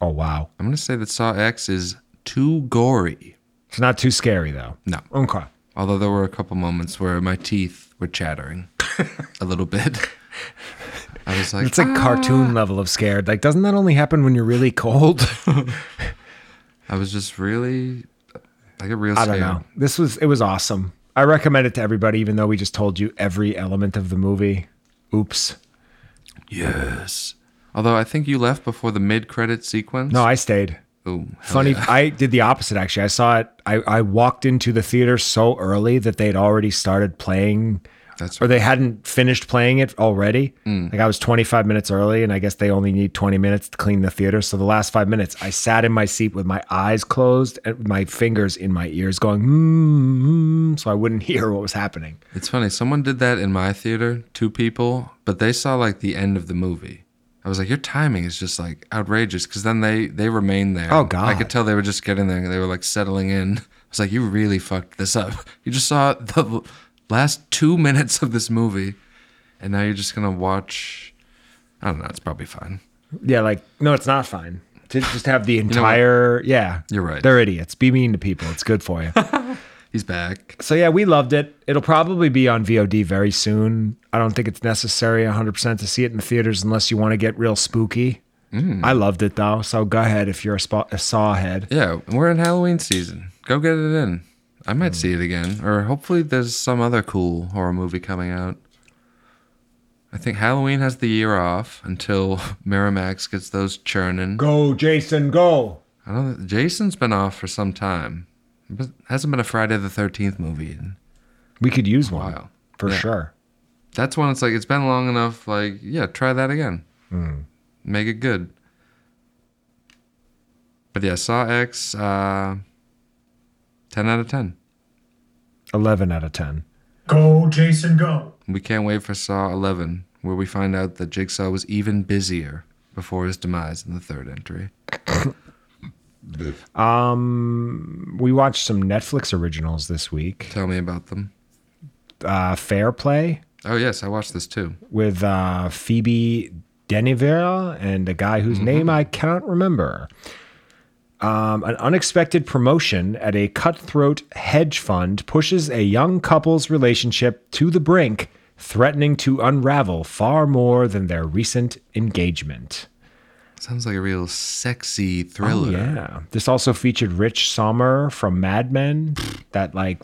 Oh, wow. I'm gonna say that Saw X is too gory. It's not too scary, though. No. Okay. Although there were a couple moments where my teeth were chattering a little bit. I was like, It's like cartoon level of scared. Like, doesn't that only happen when you're really cold? I was just really, I get real I scared. don't know. This was, it was awesome. I recommend it to everybody, even though we just told you every element of the movie. Oops. yes. Although I think you left before the mid-credit sequence. No, I stayed. Ooh, hell Funny, yeah. I did the opposite actually. I saw it. I, I walked into the theater so early that they'd already started playing, That's or right. Mm. they hadn't finished playing it already. Like I was 25 minutes early, and I guess they only need 20 minutes to clean the theater. So the last five minutes, I sat in my seat with my eyes closed and with my fingers in my ears, going, mm, mm, so I wouldn't hear what was happening. It's funny. Someone did that in my theater. Two people, but they saw like the end of the movie. I was like, your timing is just like outrageous. Because then they they remained there. Oh, I God. could tell they were just getting there. They were like settling in. I was like, you really fucked this up. You just saw the l- last two minutes of this movie, and now you're just gonna watch. I don't know. It's probably fine. Yeah, like no, it's not fine. To just have the know what? entire, yeah, You're right. They're idiots. Be mean to people. It's good for you. He's back. So yeah, we loved it. It'll probably be on VOD very soon. I don't think it's necessary 100% to see it in the theaters unless you want to get real spooky. I loved it though. So go ahead if you're a, spa- a saw head. Yeah, we're in Halloween season. Go get it in. I might see it again, or hopefully there's some other cool horror movie coming out. I think Halloween has the year off until Miramax gets those churning. Go Jason, go. I don't. think- Jason's been off for some time. But hasn't been a Friday the Thirteenth movie in We could use a one while. for Yeah. sure. That's when it's like it's been long enough. Like yeah, try that again. make it good. But yeah, Saw X, uh, 10 out of 10. 11 out of 10. Go, Jason, go. We can't wait for Saw 11, where we find out that Jigsaw was even busier before his demise in the third entry. We watched some Netflix originals this week. Tell me about them. Uh, Fair Play Oh, yes, I watched this too. with uh, Phoebe Denivera and a guy whose name I cannot remember. Um, an unexpected promotion at a cutthroat hedge fund pushes a young couple's relationship to the brink, threatening to unravel far more than their recent engagement. Sounds like a real sexy thriller. Oh, Yeah. This also featured Rich Sommer from Mad Men, that like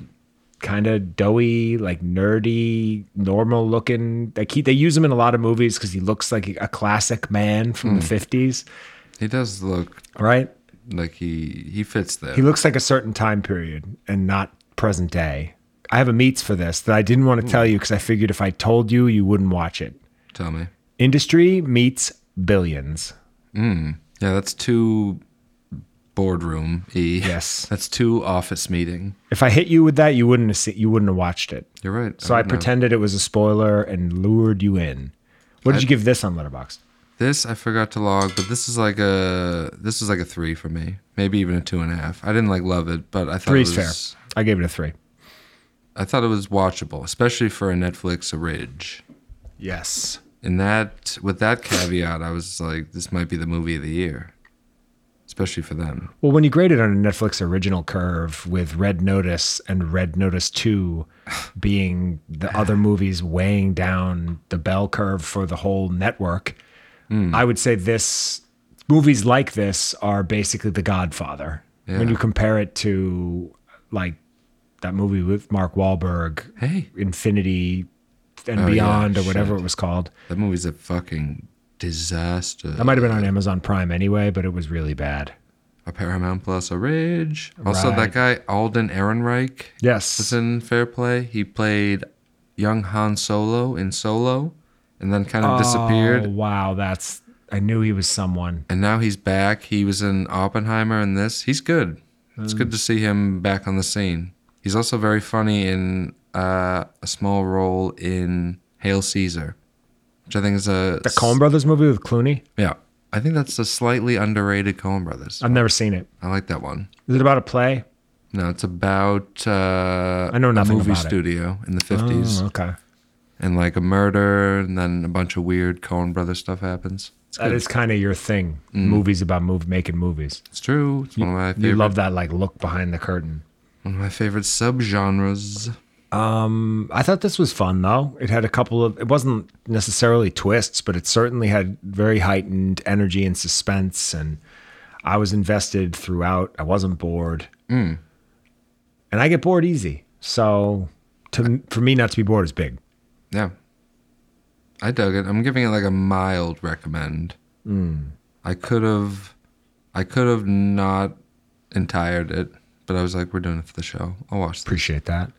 kind of doughy, like nerdy, normal looking. Like he, they use him in a lot of movies because he looks like a classic man from the 50s, He does look right? like he he fits there. He looks like a certain time period and not present day. I have a meets for this that I didn't want to tell you because I figured if I told you, you wouldn't watch it. Tell me. Industry meets billions. Yeah, that's too boardroom e. Yes. That's too office meeting. If I hit you with that, you wouldn't have se- you wouldn't have watched it. You're right. So I, don't know. pretended it was a spoiler and lured you in. What did you give this on Letterbox? This I forgot to log, but this is like a this is like a three for me. Maybe even a two and a half. I didn't like love it, but I thought Three's it was fair. I gave it a three. I thought it was watchable, especially for a Netflix ridge. Yes. And that with that caveat, I was like, this might be the movie of the year. Especially for them. Well, when you grade it on a Netflix original curve with Red Notice and Red Notice 2 being the other movies weighing down the bell curve for the whole network, Hmm. I would say this movies like this are basically The Godfather. When Yeah. you compare it to like that movie with Mark Wahlberg, Hey. Infinity and Oh, yeah, Beyond or whatever shit. it was called. That movie's a fucking disaster. That might have been on Amazon Prime anyway, but it was really bad. a Paramount Plus, a Ridge. Also, Right. that guy Alden Ehrenreich Yes. was in Fair Play. He played young Han Solo in Solo, and then kind of Oh, disappeared. wow, that's I knew he was someone. And now he's back. He was in Oppenheimer and this. He's good. It's Hmm. good to see him back on the scene. He's also very funny in uh, a small role in Hail Caesar, which I think is a The Coen Brothers movie with Clooney? Yeah, I think that's a slightly underrated Coen Brothers. I've never seen it. I like that one. Is it about a play? No, it's about uh, I know a nothing movie about it. studio in the fifties, Oh, okay. and like a murder, and then a bunch of weird Coen brother stuff happens. It's That good. is kind of your thing. Movies about move making movies. it's true. It's one of my You favorite, love that like look behind the curtain. one of my favorite subgenres. I thought this was fun though. It had a couple of it wasn't necessarily twists, but it certainly had very heightened energy and suspense and I was invested throughout. I wasn't bored. And I get bored easy. So to for me not to be bored is big. Yeah, I dug it. I'm giving it like a mild recommend. Hmm. I could have, I could have not entired it, but I was like, we're doing it for the show. I'll watch this. Appreciate that.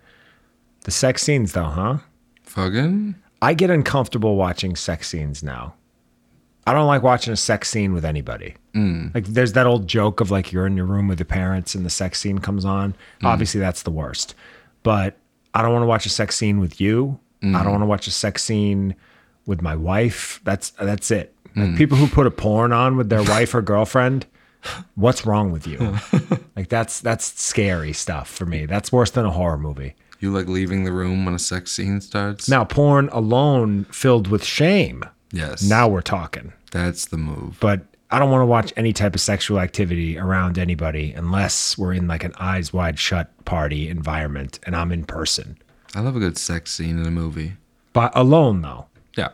The sex scenes though, huh? Fucking I get uncomfortable watching sex scenes now. I don't like watching a sex scene with anybody. Like there's that old joke of like you're in your room with your parents and the sex scene comes on. Obviously that's the worst. But I don't want to watch a sex scene with you. I don't want to watch a sex scene with my wife. That's that's it. Like people who put a porn on with their wife or girlfriend, what's wrong with you? like that's that's scary stuff for me. That's worse than a horror movie. you like leaving the room when a sex scene starts. Now porn alone filled with shame. yes, Now we're talking. that's the move. But I don't want to watch any type of sexual activity around anybody unless we're in like an eyes wide shut party environment and I'm in person. I love a good sex scene in a movie. But alone though, Yeah.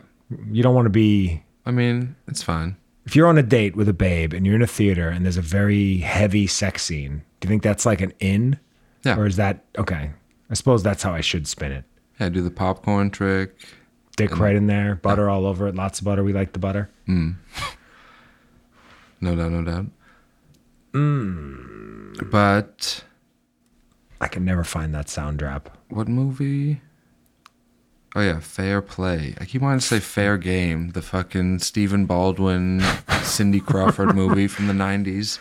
you don't want to be. I mean, it's fine. If you're on a date with a babe and you're in a theater and there's a very heavy sex scene, do you think that's like an in? Yeah. Or is that okay? I suppose that's how I should spin it. Yeah, do the popcorn trick. Dick right in there, butter all over it, lots of butter. We like the butter. No doubt, no doubt. Hmm. Mm. But I can never find that sound drop. what movie? Oh yeah, fair play. I keep wanting to say fair game, the fucking Stephen Baldwin, Cindy Crawford movie from the '90s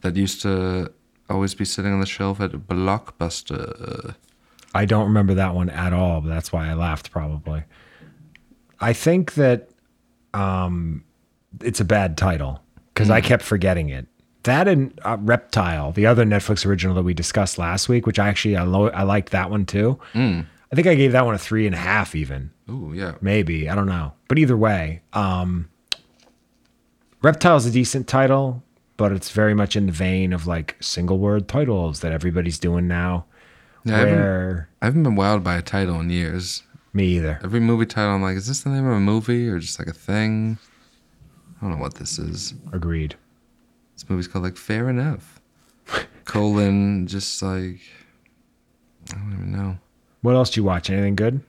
that used to always be sitting on the shelf at Blockbuster. I don't remember that one at all, but that's why I laughed probably. I think that um it's a bad title because Mm. I kept forgetting it. That and uh, Reptile, the other Netflix original that we discussed last week, which I actually I, lo- I liked that one too. Mm. I think I gave that one a three and a half, even Ooh, yeah. maybe I don't know. But either way, um, Reptile's a decent title, but it's very much in the vein of like single word titles that everybody's doing now. Yeah, I haven't- where I haven't been wowed by a title in years. me either. Every movie title, I'm like, is this the name of a movie or just like a thing? I don't know what this is. Agreed. This movie's called like Fair Enough. Colon, just like, I don't even know. What else do you watch? Anything good?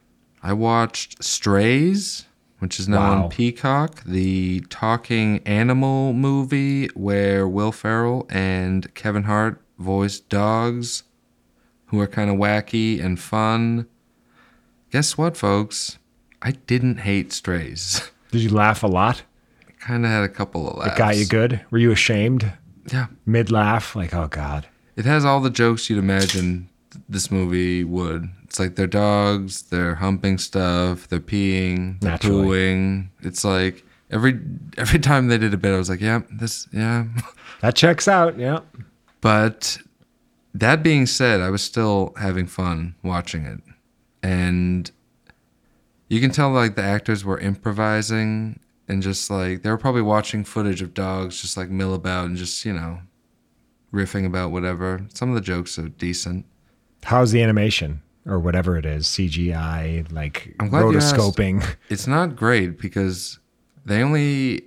I watched Strays, which is now Wow. on Peacock, the talking animal movie where Will Ferrell and Kevin Hart voice dogs who are kind of wacky and fun. Guess what, folks? I didn't hate Strays. Did you laugh a lot? kind of had a couple of laughs. It got you good? Were you ashamed Yeah. mid laugh? Like, oh God. It has all the jokes you'd imagine th- this movie would. It's like they're dogs, they're humping stuff, they're peeing, they're Naturally. pooing. It's like every every time they did a bit, I was like, yeah, this, yeah. That checks out. Yeah. But that being said, I was still having fun watching it, and you can tell like the actors were improvising and just like they were probably watching footage of dogs just like mill about and just you know riffing about whatever. Some of the jokes are decent. How's the animation or whatever it is? CGI, like I'm glad you asked. rotoscoping. It's not great because they only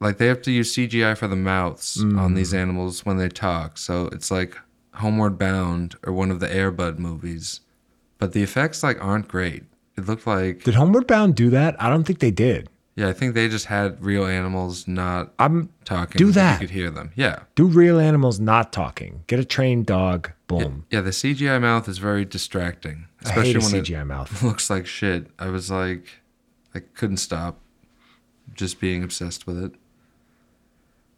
like they have to use CGI for the mouths on these Mm. animals when they talk. So it's like Homeward Bound or one of the Airbud movies. But the effects like aren't great. It looked like Did Homeward Bound do that? I don't think they did. yeah, I think they just had real animals not I'm talking. do but that. You could hear them. Yeah. do real animals not talking. Get a trained dog. Boom. Yeah, the CGI mouth is very distracting, especially I hate a when CGI it mouth. looks like shit. I was like I couldn't stop just being obsessed with it.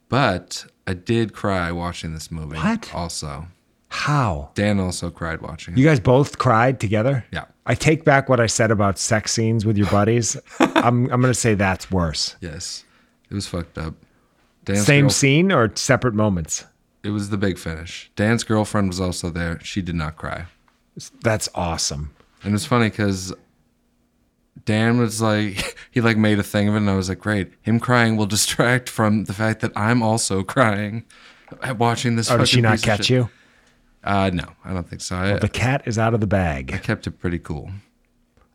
But I did cry watching this movie. What? Also, How? Dan also cried watching it. You guys both cried together? Yeah. I take back what I said about sex scenes with your buddies. I'm I'm gonna say that's worse. Yes, it was fucked up. Dan's Same girl- scene or separate moments? It was the big finish. Dan's girlfriend was also there. She did not cry. That's awesome. And it's funny because Dan was like, he like made a thing of it, and I was like, great. Him crying will distract from the fact that I'm also crying at watching this. Oh, did she fucking not piece of catch shit. you? Uh, no, I don't think so. I, The cat is out of the I bag. kept it pretty cool.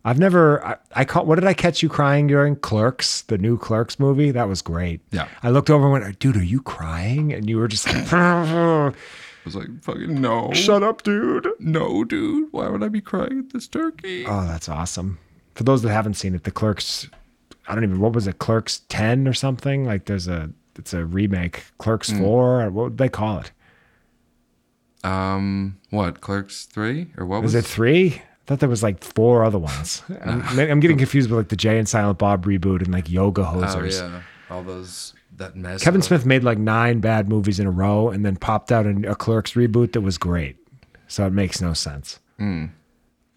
I've never. I, I caught. What did I catch you crying during Clerks, the new Clerks movie? That was great. Yeah. I looked over and went, "Dude, are you crying?" And you were just like, I was like, fucking no, "Shut up, dude." no, dude. Why would I be crying at this turkey? Oh, that's awesome. For those that haven't seen it, the Clerks, I don't even, what was it, Clerks 10 or something? Like there's a, it's a remake, Clerks Mm. 4, or what would they call it? Um, what? Clerks three or what was, Was it 3? I thought there was like four other ones. I'm, I'm getting confused with like the Jay and Silent Bob reboot and like Yoga Oh Hosers. yeah, all those that mess. Kevin up. Smith made like nine bad movies in a row and then popped out in a Clerks reboot that was great. So it makes no sense. Um,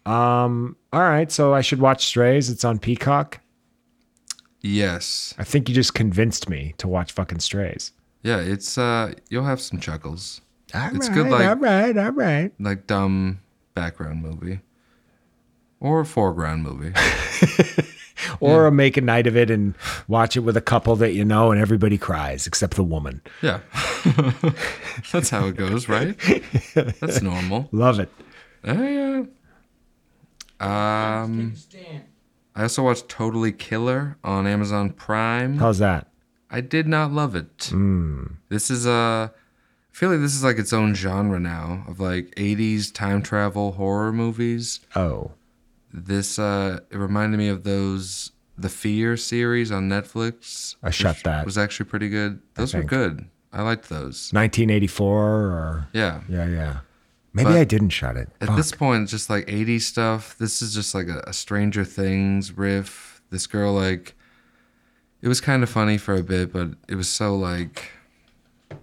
all right. So I should watch Strays. It's on Peacock. Yes. I think you just convinced me to watch fucking Strays. Yeah, it's uh, you'll have some chuckles. All It's good, like- all right, all right. like dumb background movie or foreground movie. Or make a night of it and watch it with a couple that you know, and everybody cries except the woman. yeah. That's how it goes, right? That's normal. Love it. Oh, Yeah, yeah. Um, Take a stand. I also watched Totally Killer on Amazon Prime. How's that? I did not love it. Hmm. This is a. I feel like this is like its own genre now of like 80s time travel horror movies. Oh, This uh it reminded me of those the Fear series on Netflix. I shut which that. Was actually pretty good. Those were think. good. I liked those. 1984 or Yeah. yeah, yeah. Maybe But- I didn't shut it. At Fuck. this point, it's just like 80s stuff. This is just like a, a Stranger Things riff. This girl, like, it was kind of funny for a bit, but it was so like,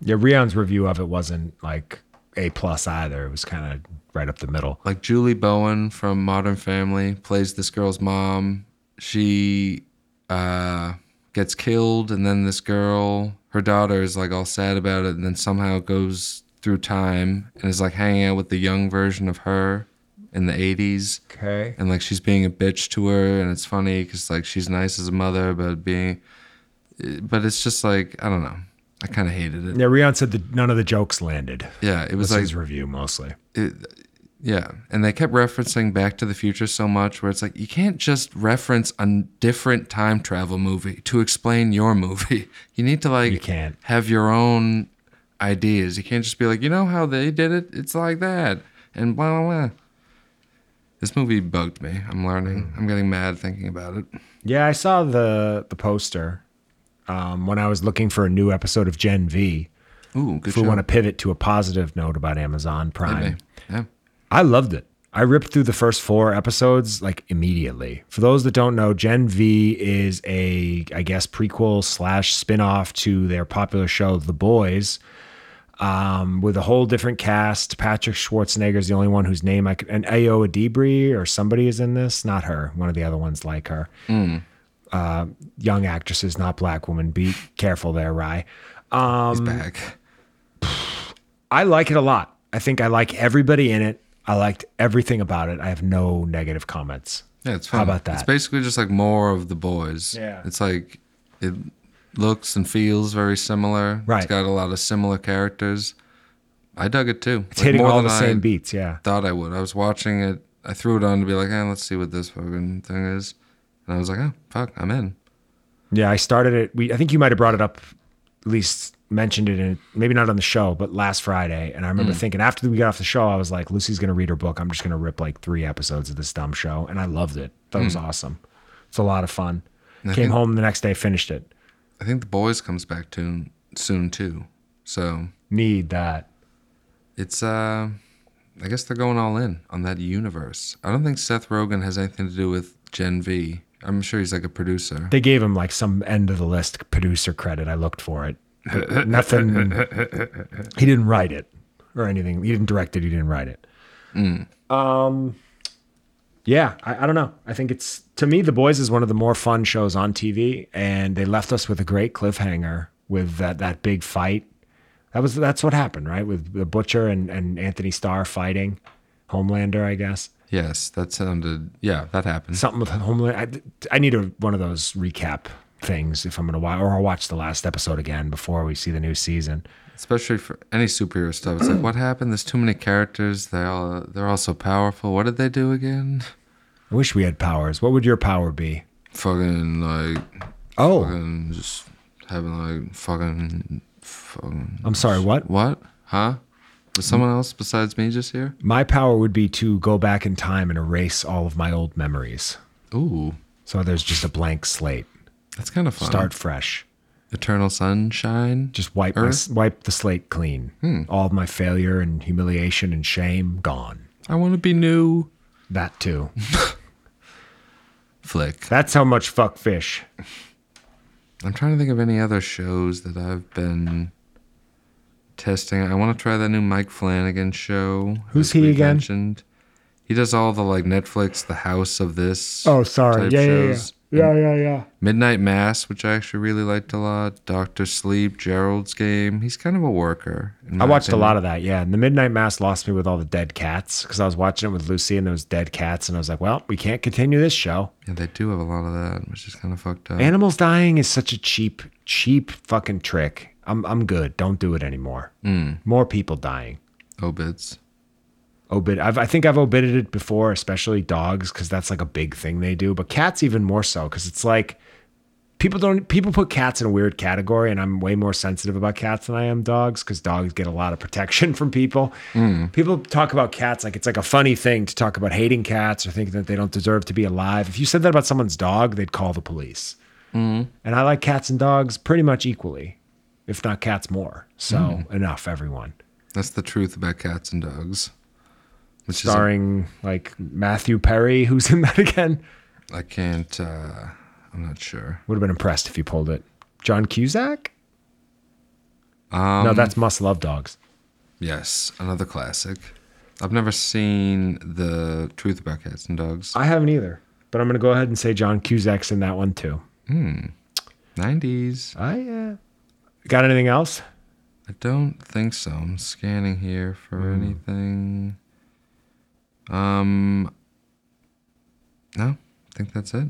yeah, Rion's review of it wasn't like a plus either. It was kind of right up the middle. like Julie Bowen from Modern Family plays this girl's mom. She uh, gets killed, and then this girl, her daughter, is like all sad about it, and then somehow goes through time and is like hanging out with the young version of her in the 80s. Okay. and like she's being a bitch to her and it's funny because like she's nice as a mother but being but it's just like i don't know i kind of hated it Yeah, Rion said that none of the jokes landed. yeah it was was his like review mostly. yeah and they kept referencing back to the future so much where it's like you can't just reference a n- different time travel movie to explain your movie you need to like You can't. have your own ideas you can't just be like you know how they did it it's like that and blah blah blah this movie bugged me i'm learning Mm. i'm getting mad thinking about it Yeah, I saw the the poster um, when I was looking for a new episode of Gen V. Ooh, good If we show. want to pivot to a positive note about Amazon Prime, Maybe. Yeah. I loved it. I ripped through the first four episodes like immediately. For those that don't know, Gen V is a, I guess, prequel slash spin-off to their popular show, The Boys, um, with a whole different cast. Patrick Schwarzenegger is the only one whose name I could, and Ayo Adibri or somebody is in this. Not her, one of the other ones like her. Uh, young actresses, not black woman. Be careful there, Rye. He's Mm. back. I like it a lot. I think I like everybody in it. I liked everything about it. I have no negative comments. Yeah, it's how fun. about It's that? basically just like more of the boys. Yeah. It's like it looks and feels very similar. Right. It's got a lot of similar characters. I dug it too. It's hitting all the I same beats. Yeah. Thought I would. I was watching it. I threw it on to be like, eh, let's see what this fucking thing is. And I was like, oh fuck, I'm in. Yeah. I started it. We, I think you might have brought it up, at least mentioned it in, maybe not on the show, but last Friday. And I remember thinking after we got off the show, I was like, Lucy's going to read her book. I'm just going to rip like three episodes of this dumb show. And I loved it. That was awesome. It's a lot of fun. Came home the next day, finished it. I think the boys comes back to soon too. So Need that. it's uh I guess they're going all in on that universe. I don't think Seth Rogen has anything to do with Gen V. I'm sure he's like a producer. They gave him like some end of the list producer credit. I looked for it. But Nothing. he didn't write it or anything. He didn't direct it. He didn't write it. Um. Yeah, I, I don't know. I think it's to me, The Boys is one of the more fun shows on TV, and they left us with a great cliffhanger with that that big fight. That was that's what happened, right? With the butcher and and Anthony Starr fighting Homelander, I guess. Yes, that sounded. Yeah, that happened. something with Homeland. I, I need a, one of those recap things if I'm gonna watch, or I'll watch the last episode again before we see the new season. Especially for any superhero stuff. It's like, what happened? There's too many characters. They all they're all so powerful. What did they do again? I wish we had powers. What would your power be? Fucking like, Oh, fucking just having like fucking, fucking I'm sorry. What? what? Huh? Was someone else besides me just here? My power would be to go back in time and erase all of my old memories. Ooh, So there's just a blank slate. that's kind of fun. Start fresh. Eternal Sunshine. Just wipe my, s- wipe the slate clean. All of my failure and humiliation and shame gone. I want to be new. That too. Flick. That's how much fuck fish. I'm trying to think of any other shows that I've been testing. I want to try that new Mike Flanagan show. Who's as he we again? Mentioned. He does all the like Netflix, The House of This. Oh, sorry. type Yeah, yeah, yeah, shows. yeah, yeah, yeah. Midnight Mass, which I actually really liked a lot. Doctor Sleep, Gerald's Game. He's kind of a worker. in my I watched a opinion. lot of that, yeah. And the Midnight Mass lost me with all the dead cats because I was watching it with Lucy and there was dead cats, and I was like, well, we can't continue this show. Yeah, they do have a lot of that, which is kind of fucked up. Animals dying is such a cheap, cheap fucking trick. I'm, I'm good. Don't do it anymore. More people dying. Obits. Obit. I've, I think I've obited it before, especially dogs, because that's like a big thing they do. But cats even more so, because it's like people don't people put cats in a weird category, and I'm way more sensitive about cats than I am dogs, because dogs get a lot of protection from people. People talk about cats like it's like a funny thing to talk about hating cats or thinking that they don't deserve to be alive. If you said that about someone's dog, they'd call the police. And I like cats and dogs pretty much equally, if not cats more. So enough, everyone. That's the truth about cats and dogs. Which is a- starring like Matthew Perry, who's in that again. I can't. Uh, I'm not sure. Would have been impressed if you pulled it. John Cusack? no, that's Must Love Dogs. Yes, another classic. I've never seen the Truth About Cats and Dogs. I haven't either, but I'm going to go ahead and say John Cusack's in that one too. 90s. I uh, got anything else? I don't think so. I'm scanning here for anything. Um. No, I think that's it.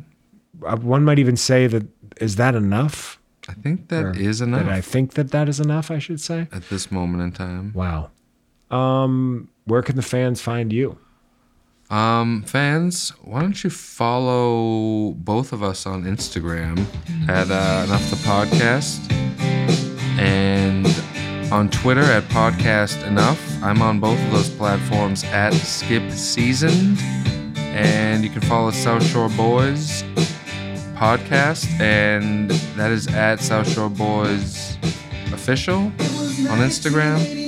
Uh, One might even say that is that enough? I think that is That I enough think that that is enough. I should say. at this moment in time. Wow. Um, where can the fans find you? Um, fans, why don't you follow both of us on Instagram at uh, Enough the Podcast and on Twitter at Podcast Enough. I'm on both of those platforms at Skip Seasoned, and you can follow South Shore Boys podcast, and that is at South Shore Boys Official on Instagram.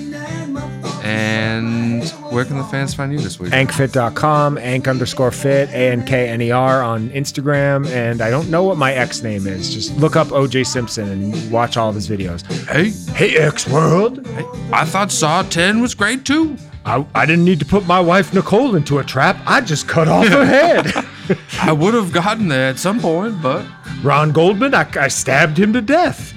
And where can the fans find you this week? Ankfit.com, ank underscore fit, A N K N E R on Instagram. And I don't know what my ex name is. Just look up OJ Simpson and watch all of his videos. Hey, Hey, ex world. I thought Saw 10 was great too. I, I didn't need to put my wife Nicole into a trap. I just cut off her head. I would have gotten there at some point, but Ron Goldman, I, I stabbed him to death.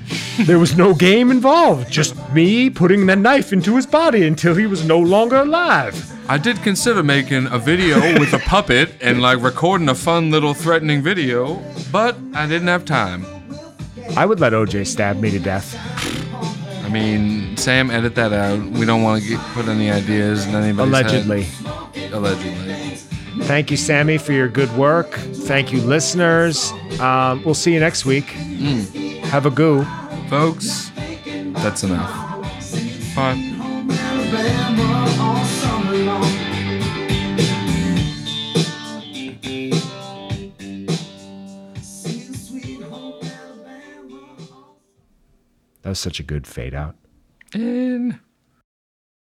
There was no game involved, just me putting that knife into his body until he was no longer alive. I did consider making a video with a puppet and like recording a fun little threatening video, but I didn't have time. I would let OJ stab me to death. I mean, Sam, edit that out. We don't want to get, put any ideas in anybody's head. Allegedly. Allegedly. Thank you, Sammy, for your good work. Thank you, listeners. Um, we'll see you next week. Have a goo. Folks, that's enough. Bye. That was such a good fade out. In.